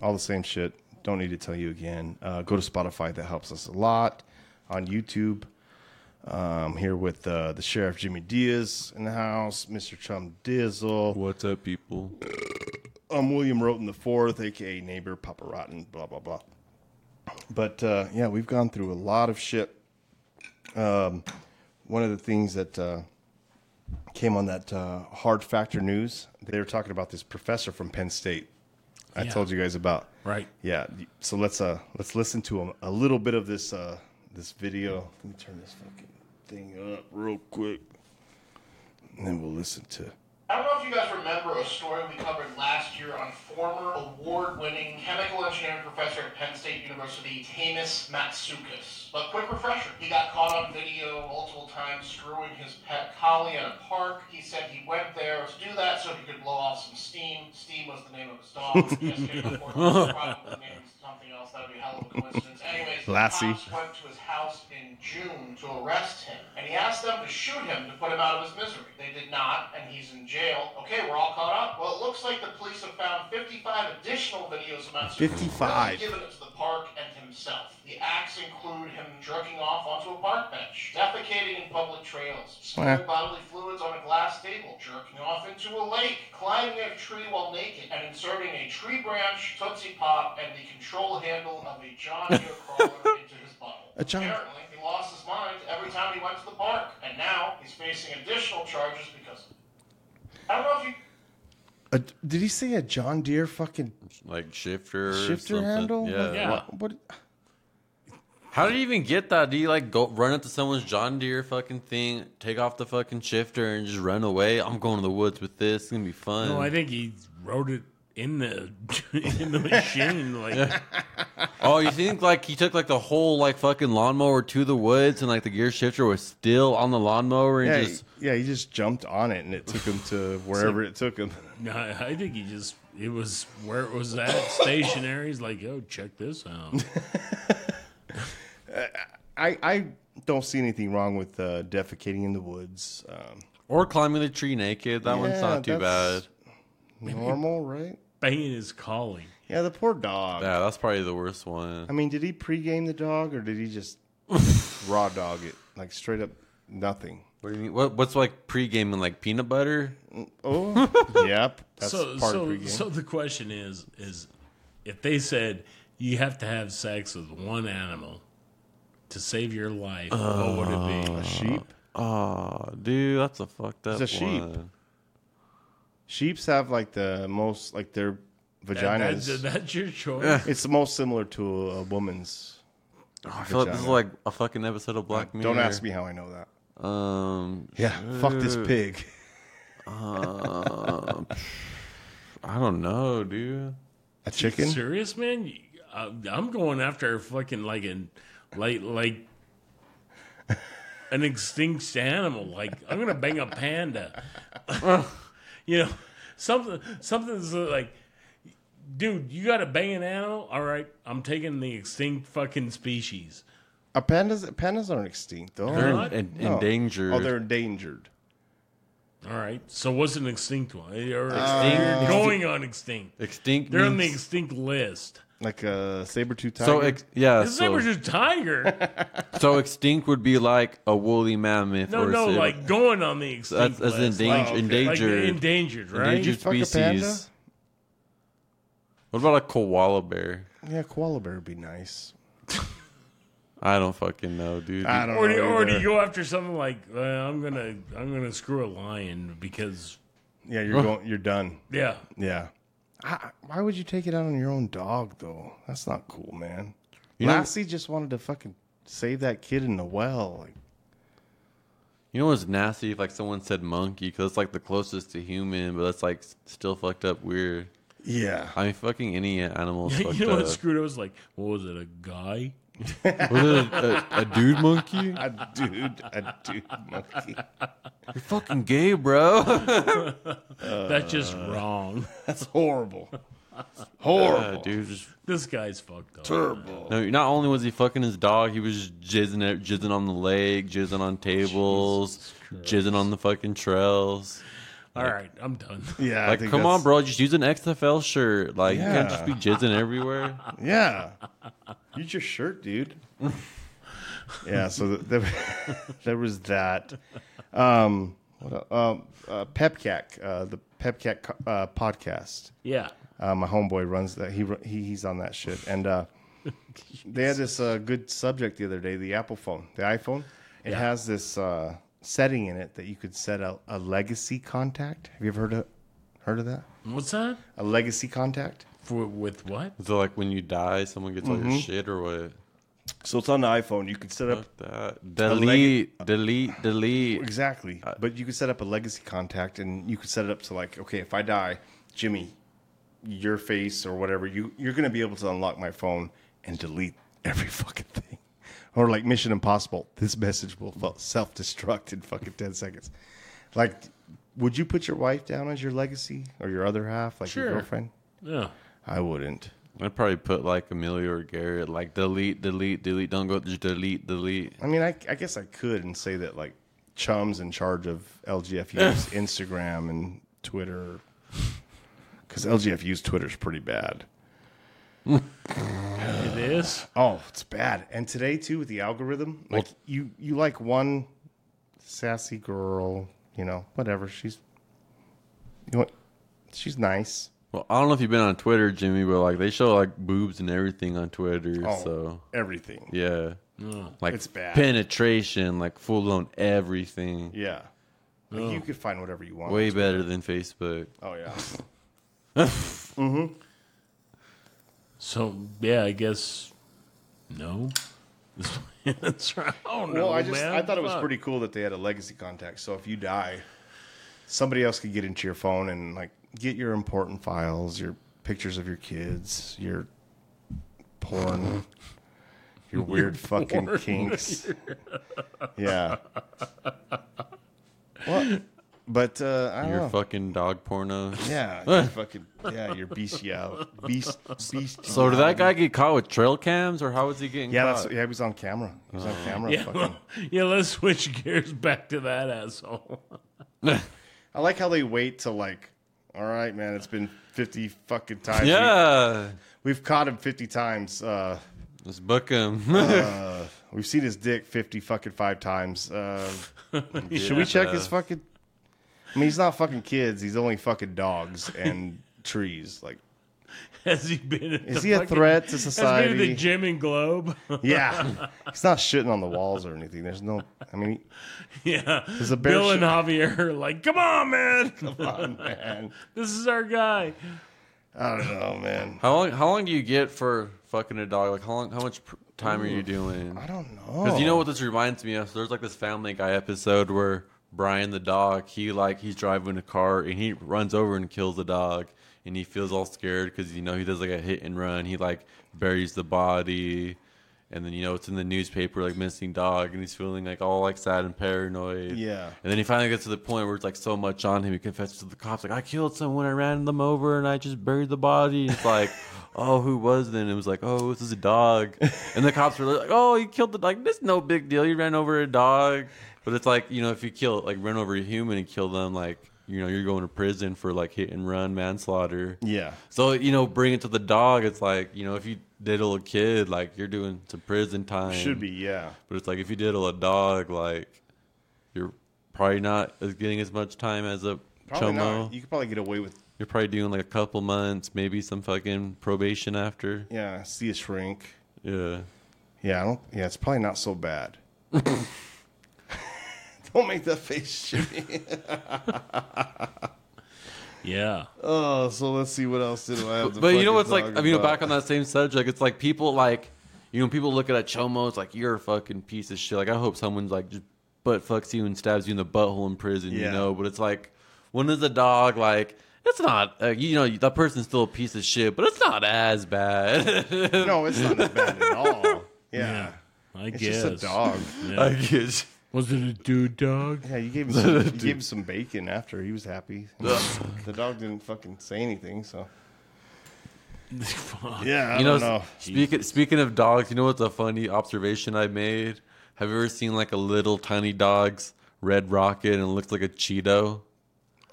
all the same shit. Don't need to tell you again. Uh, go to Spotify. That helps us a lot. On YouTube, I'm here with uh, the Sheriff Jimmy Diaz in the house, Mr. Chum Dizzle. What's up, people? I'm Um, William Roten the Fourth, aka neighbor Papa Rotten, blah blah blah. But uh, yeah, we've gone through a lot of shit. Um, one of the things that uh, came on that uh, Hard Factor news, they were talking about this professor from Penn State. I Yeah. told you guys about. Right. Yeah. So let's uh let's listen to a, a little bit of this uh this video. Let me turn this fucking thing up real quick, and then we'll listen to. I don't know if you guys remember a story we covered last year on former award-winning chemical engineering professor at Penn State University, Tamis Matsoukas. But quick refresher, he got caught on video multiple times screwing his pet collie at a park. He said he went there to do that so he could blow off some steam. Steam was the name of his dog. Yes, yes, of course, probably named something else. That would be a hell of a coincidence. Anyways, the Lassie. cops went to his house in June to arrest him, and he asked them to shoot him to put him out of his misery. They did not, and he's in jail. Okay, we're all caught up. Well, it looks like the police have found 55 additional videos of Matsumoto. 55. Given it to the park and himself. The acts include him jerking off onto a park bench, defecating in public trails, spilling Eh. bodily fluids on a glass table, jerking off into a lake, climbing a tree while naked, and inserting a tree branch, Tootsie Pop, and the control handle of a John Deere crawler into his butthole. A John- Apparently, he lost his mind every time he went to the park, and now he's facing additional charges because of it. I don't know if you A, uh, did he say a John Deere fucking Like shifter, or shifter something. handle? Yeah. Yeah. What, what- How do you even get that? Do you like go run up to someone's John Deere fucking thing, take off the fucking shifter, and just run away? I'm going to the woods with this. It's gonna be fun. No, I think he wrote it in the (laughs) in the (laughs) machine. Like, oh, you think like he took like the whole like fucking lawnmower to the woods, and like the gear shifter was still on the lawnmower, and yeah, just he- yeah, he just jumped on it and it took him to wherever it took him. (laughs) no, I think he just it was where it was at stationary. He's like, yo, check this (laughs) out. I, I don't see anything wrong with uh, defecating in the woods. Um, or climbing the tree naked. That one's Yeah, not too bad. that's- normal, right? Banging is calling. Yeah, the poor dog. Yeah, that's probably the worst one. I mean, did he pregame the dog or did he (laughs) just raw dog it? Like straight up nothing. What do you mean? What, what's like pre-gaming like peanut butter? Oh, (laughs) yep. That's so, part so, of pregame. so the question is, is if they said you have to have sex with one animal to save your life, what would it be? a Uh, sheep? Oh, dude, that's a fucked up. It's a sheep. one. Sheeps have like the most, like their That- that- vaginas. that's your choice. It's the most similar to a woman's. I feel like this is Vagina. like a fucking episode of Black Mirror. Don't ask me how I know that. Um, Yeah, fuck this pig. (laughs) um, I don't know, dude. A chicken? Serious man, You- uh, I'm going after fucking like an like like an extinct animal. Like I'm gonna bang a panda. (laughs) you know, something something's like. Dude, you got to bang an animal? All right, I'm taking the extinct fucking species. A pandas pandas aren't extinct though. They're What? en- No. endangered. Oh, they're endangered. All right. So what's an extinct one? Or Extinct- going on extinct. extinct. They're on the means- extinct list. Like a saber tooth tiger. so ex- yeah. This so, So, was a tiger. so extinct would be like a woolly mammoth. No, or no, a, saber- like going on the extinct that's that's list. endang- Oh, okay. Like endangered. they're endangered, right? Endangered Fuck a panda? species. What about a koala bear? yeah, koala bear would be nice. I don't fucking know, dude. I don't Or do, know. you, or do either. you go after something like uh, I'm gonna I'm gonna screw a lion because yeah, you're (laughs) going. You're done. yeah (laughs) Yeah. I, why would you take it out on your own dog though? That's not cool, man. know- Lassie just wanted to fucking save that kid in the well. Like, You know what's nasty? If like someone said monkey, because it's like the closest to human, but that's like s- still fucked up weird. (laughs) yeah. I mean, fucking any animal. is (laughs) fucked you know up. what screwed up was like what was it a guy Was it a, a, a dude monkey? A dude, a dude (laughs) monkey. You're fucking gay, bro. (laughs) that's just wrong That's horrible. Horrible. Um. Uh, dude, just this guy's fucked up Horrible. no. Not only was he fucking his dog, he was just jizzing, it, jizzing on the lake, jizzing on tables, jizzing on the fucking trails. All right, I'm done. (laughs) Yeah. I Like, think come on, that's- bro, just use an XFL shirt. Like, you can't just be Yeah. jizzing everywhere. Yeah. Use your shirt, dude. yeah, so th- there, (laughs) there was that. Um, what el- um, uh, Pepcac, uh, the Pepcac co- uh, podcast. Yeah. Uh, my homeboy runs that. He, ru- he he's on that shit. And uh, they had this uh, good subject the other day. The Apple phone, the iPhone. It has this uh, setting in it that you could set a, a legacy contact. Have you ever heard of heard of that? What's that? A legacy contact. For with what? (laughs) Is it like when you die, someone gets all your shit or what? So it's on the iPhone. You could set up Fuck that. Delete, delete, delete. Exactly. but you could set up a legacy contact and you could set it up to like, okay, if I die, Jimmy, your face or whatever, you you're gonna be able to unlock my phone and delete every (laughs) fucking thing. Or like Mission Impossible, this message will self destruct in fucking ten seconds. Like, would you put your wife down as your legacy or your other half, like Sure. your girlfriend? Yeah. I wouldn't. I'd probably put like Amelia or Garrett, like delete, delete, delete. Don't go, just delete, delete. I mean, I, I guess I could and say that like Chum's in charge of (laughs) LGFU's Instagram and Twitter because LGFU's Twitter's pretty bad. It is. Oh, it's bad. And today too with the algorithm, like you you like one sassy girl, you know, whatever. She's you know, what? she's nice. Well, I don't know if you've been on Twitter, Jimmy, but like they show like boobs and everything on Twitter. Oh, So everything. yeah, like It's bad. penetration, like full blown everything. Yeah, Like, you could find whatever you want. Way better than Facebook. Oh yeah. So yeah, I guess no. (laughs) That's right. Oh no, Well, I just man. I thought it was Fuck. pretty cool that they had a legacy contact. So if you die, somebody else could get into your phone and like get your important files, your pictures of your kids, your (laughs) porn, your weird fucking kinks. yeah. What? But uh, I don't Your know. fucking dog porno. (laughs) yeah, your fucking yeah, your bestial, beast, beast. So did that guy get caught with trail cams, or how was he getting Yeah, caught? that's, yeah, he was on camera. He was on camera. Oh. Yeah, fucking. yeah. Let's switch gears back to that asshole. (laughs) I like how they wait till like, all right, man, it's been fifty fucking times. yeah. we, have caught him fifty times. Uh, Let's book him. (laughs) we've seen his dick fifty fucking five times. Uh, Should we check his fucking? I mean, he's not fucking kids. He's only fucking dogs and trees. Like, Has he been? At is the he a fucking- threat to Has he been at the society? gym and globe? (laughs) Yeah, he's not shitting on the walls or anything. There's no. I mean, yeah. there's a bear. Bill and shit- Javier are like, come on, man. (laughs) Come on, man. This is our guy. I don't know, man. how long? How long do you get for fucking a dog? Like how long? How much pr- time are you doing? I don't know. Because you know what this reminds me of? So there's like this Family Guy episode where Brian the dog, he like he's driving a car and he runs over and kills the dog, and he feels all scared because you know he does like a hit and run. He like buries the body, and then you know it's in the newspaper like missing dog, and he's feeling like all like sad and paranoid. Yeah. And then he finally gets to the point where it's like so much on him, he confesses to the cops like I killed someone, I ran them over, and I just buried the body. And it's like. (laughs) oh, who was then? It was like, oh, this is a dog. And the cops were like, oh, you killed the dog. This is no big deal. You ran over a dog. But it's like, you know, if you kill, like, run over a human and kill them, like, you know, you're going to prison for like hit and run manslaughter. Yeah. So, you know, bring it to the dog. It's like, you know, if you diddle a kid, like, you're doing some prison time. Should be. Yeah. But it's like, if you diddle a dog, like, you're probably not as getting as much time as a Probably chomo. not. You could probably get away with You're probably doing like a couple months, maybe some fucking probation after. yeah. See a shrink. Yeah. Yeah, I don't, yeah, it's probably not so bad. (laughs) don't make that face, Jimmy. Yeah. (laughs) Oh, so let's see what else did I have. But you know what's like? I mean, back on that same subject, it's like people like, you know, people look at a chomo, it's like you're a fucking piece of shit. Like I hope someone's like just butt fucks you and stabs you in the butthole in prison, you Yeah. know. But it's like, when is a dog like? It's not, uh, you know, that person's still a piece of shit, but it's not as bad. (laughs) no, it's not that bad at all. (laughs) Yeah, I it's guess. just a (laughs) dog. I guess. Was it a dude dog? Yeah, you gave (laughs) him some, you gave him some bacon after he was happy. (laughs) the dog didn't fucking say anything, (laughs) so Fuck. yeah, I you know, don't know. speaking speaking of dogs, you know what's a funny observation I made? Have you ever seen like a little tiny dog's red rocket and it looks like a Cheeto?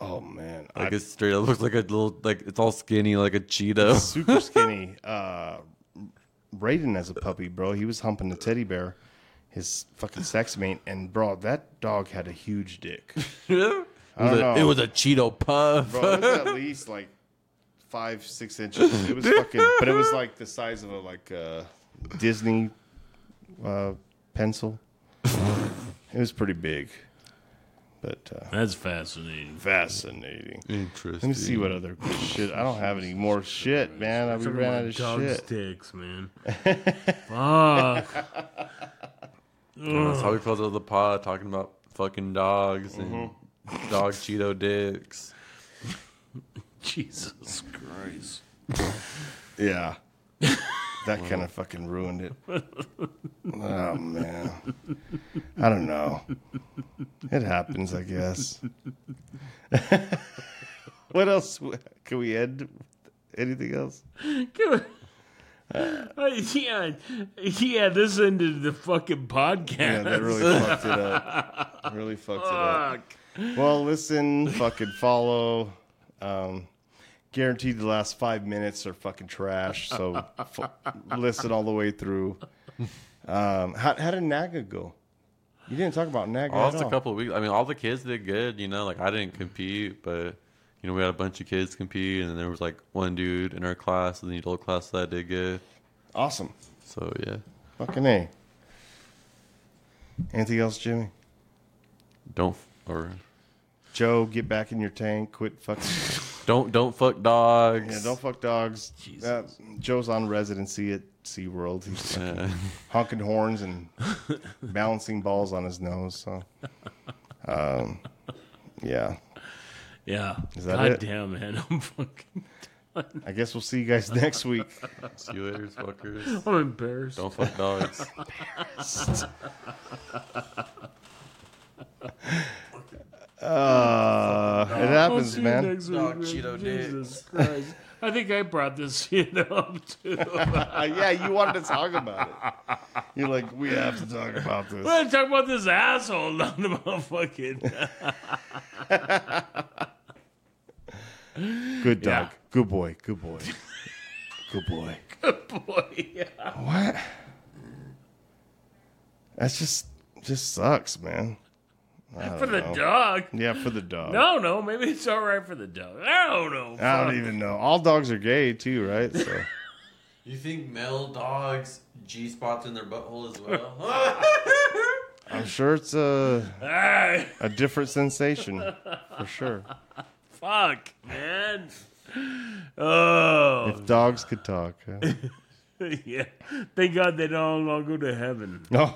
Oh man, Like I, it straight up looks like a little like it's all skinny like a Cheeto. (laughs) super skinny. Uh, Raiden as a puppy, bro. He was humping the teddy bear, his fucking sex mate, and bro, that dog had a huge dick. it, was don't a, know. it was a Cheeto puff. Bro, it was at least like five, six inches. It was fucking, but it was like the size of a like uh, Disney uh, pencil. it was pretty big, but uh, That's fascinating. fascinating. Let Interesting. me see what other shit. I don't have any more shit, man. I we Talking ran out about of dog shit. sticks, (laughs) man. Fuck. That's how we close out the pod talking about fucking dogs and Mm-hmm. dog Cheeto dicks. Jesus (laughs) Christ. (laughs) Yeah. That kind of fucking ruined it. Oh man. I don't know. It happens, I guess. (laughs) what else w- can we end? Anything else? Come on. Uh, yeah, yeah, this ended the fucking podcast. Yeah, that really fucked it up. Really fucked it up. Fuck. Well, listen, fucking follow. Um, guaranteed the last five minutes are fucking trash. So f- listen all the way through. Um, how, how did Naga go? You didn't talk about Naga. Lost at a all. couple of weeks. I mean, all the kids did good. You know, like I didn't compete, but you know, we had a bunch of kids compete, and then there was like one dude in our class, and the adult class that did good. Awesome. So yeah, Fucking A. Anything else, Jimmy? don't f- or Joe, get back in your tank. Quit fucking. (laughs) don't don't fuck dogs. yeah, don't fuck dogs. Uh, Joe's on residency at SeaWorld. He's fucking (laughs) Yeah. (laughs) honking horns and (laughs) balancing balls on his nose. So, um, yeah. Yeah. Is that God it? damn, man. (laughs) I'm fucking. I guess we'll see you guys (laughs) next week. See you later, fuckers. I'm embarrassed. Don't fuck dogs. Uh, it I'll happens, see you man. next week. man. Jesus Christ. I think I brought this (laughs) shit up too. Uh, yeah, you wanted to talk about it. You're like, we have to talk about this. Let's talk about this asshole, (laughs) not the motherfucking. Good dog. Yeah. Good boy. Good boy. Good boy. Boy, yeah. What? That's just just sucks, man. for the dog. Yeah, for the dog. No, no, maybe it's all right for the dog. I don't know. I don't even know. All dogs are gay too, right? So You think male dogs G spots in their butthole as well? (laughs) I'm sure it's uh, a Hey, a different sensation for sure. fuck, man. Oh, (laughs) If dogs could talk. huh? (laughs) yeah. Thank God they don't all go to heaven. No.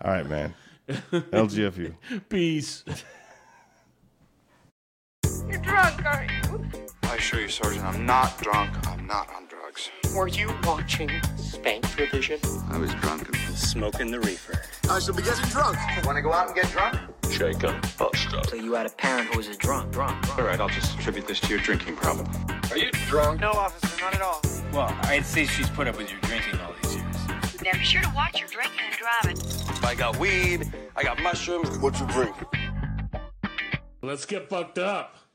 All right, man. LGFU. Peace. You're drunk, aren't you? I assure you, Sergeant, I'm not drunk. I'm not on drugs. Were you watching Spank Revision? I was drunk. Smoking the reefer. Shake and bust up. So you had a parent who was a drunk, drunk, drunk. All right, I'll just attribute this to your drinking problem. Are you drunk? No, officer, not at all. Well, I'd say she's put up with your drinking all these years. Now be sure to watch your drinking and driving. I got weed. I got mushrooms. What you drink? Let's get fucked up.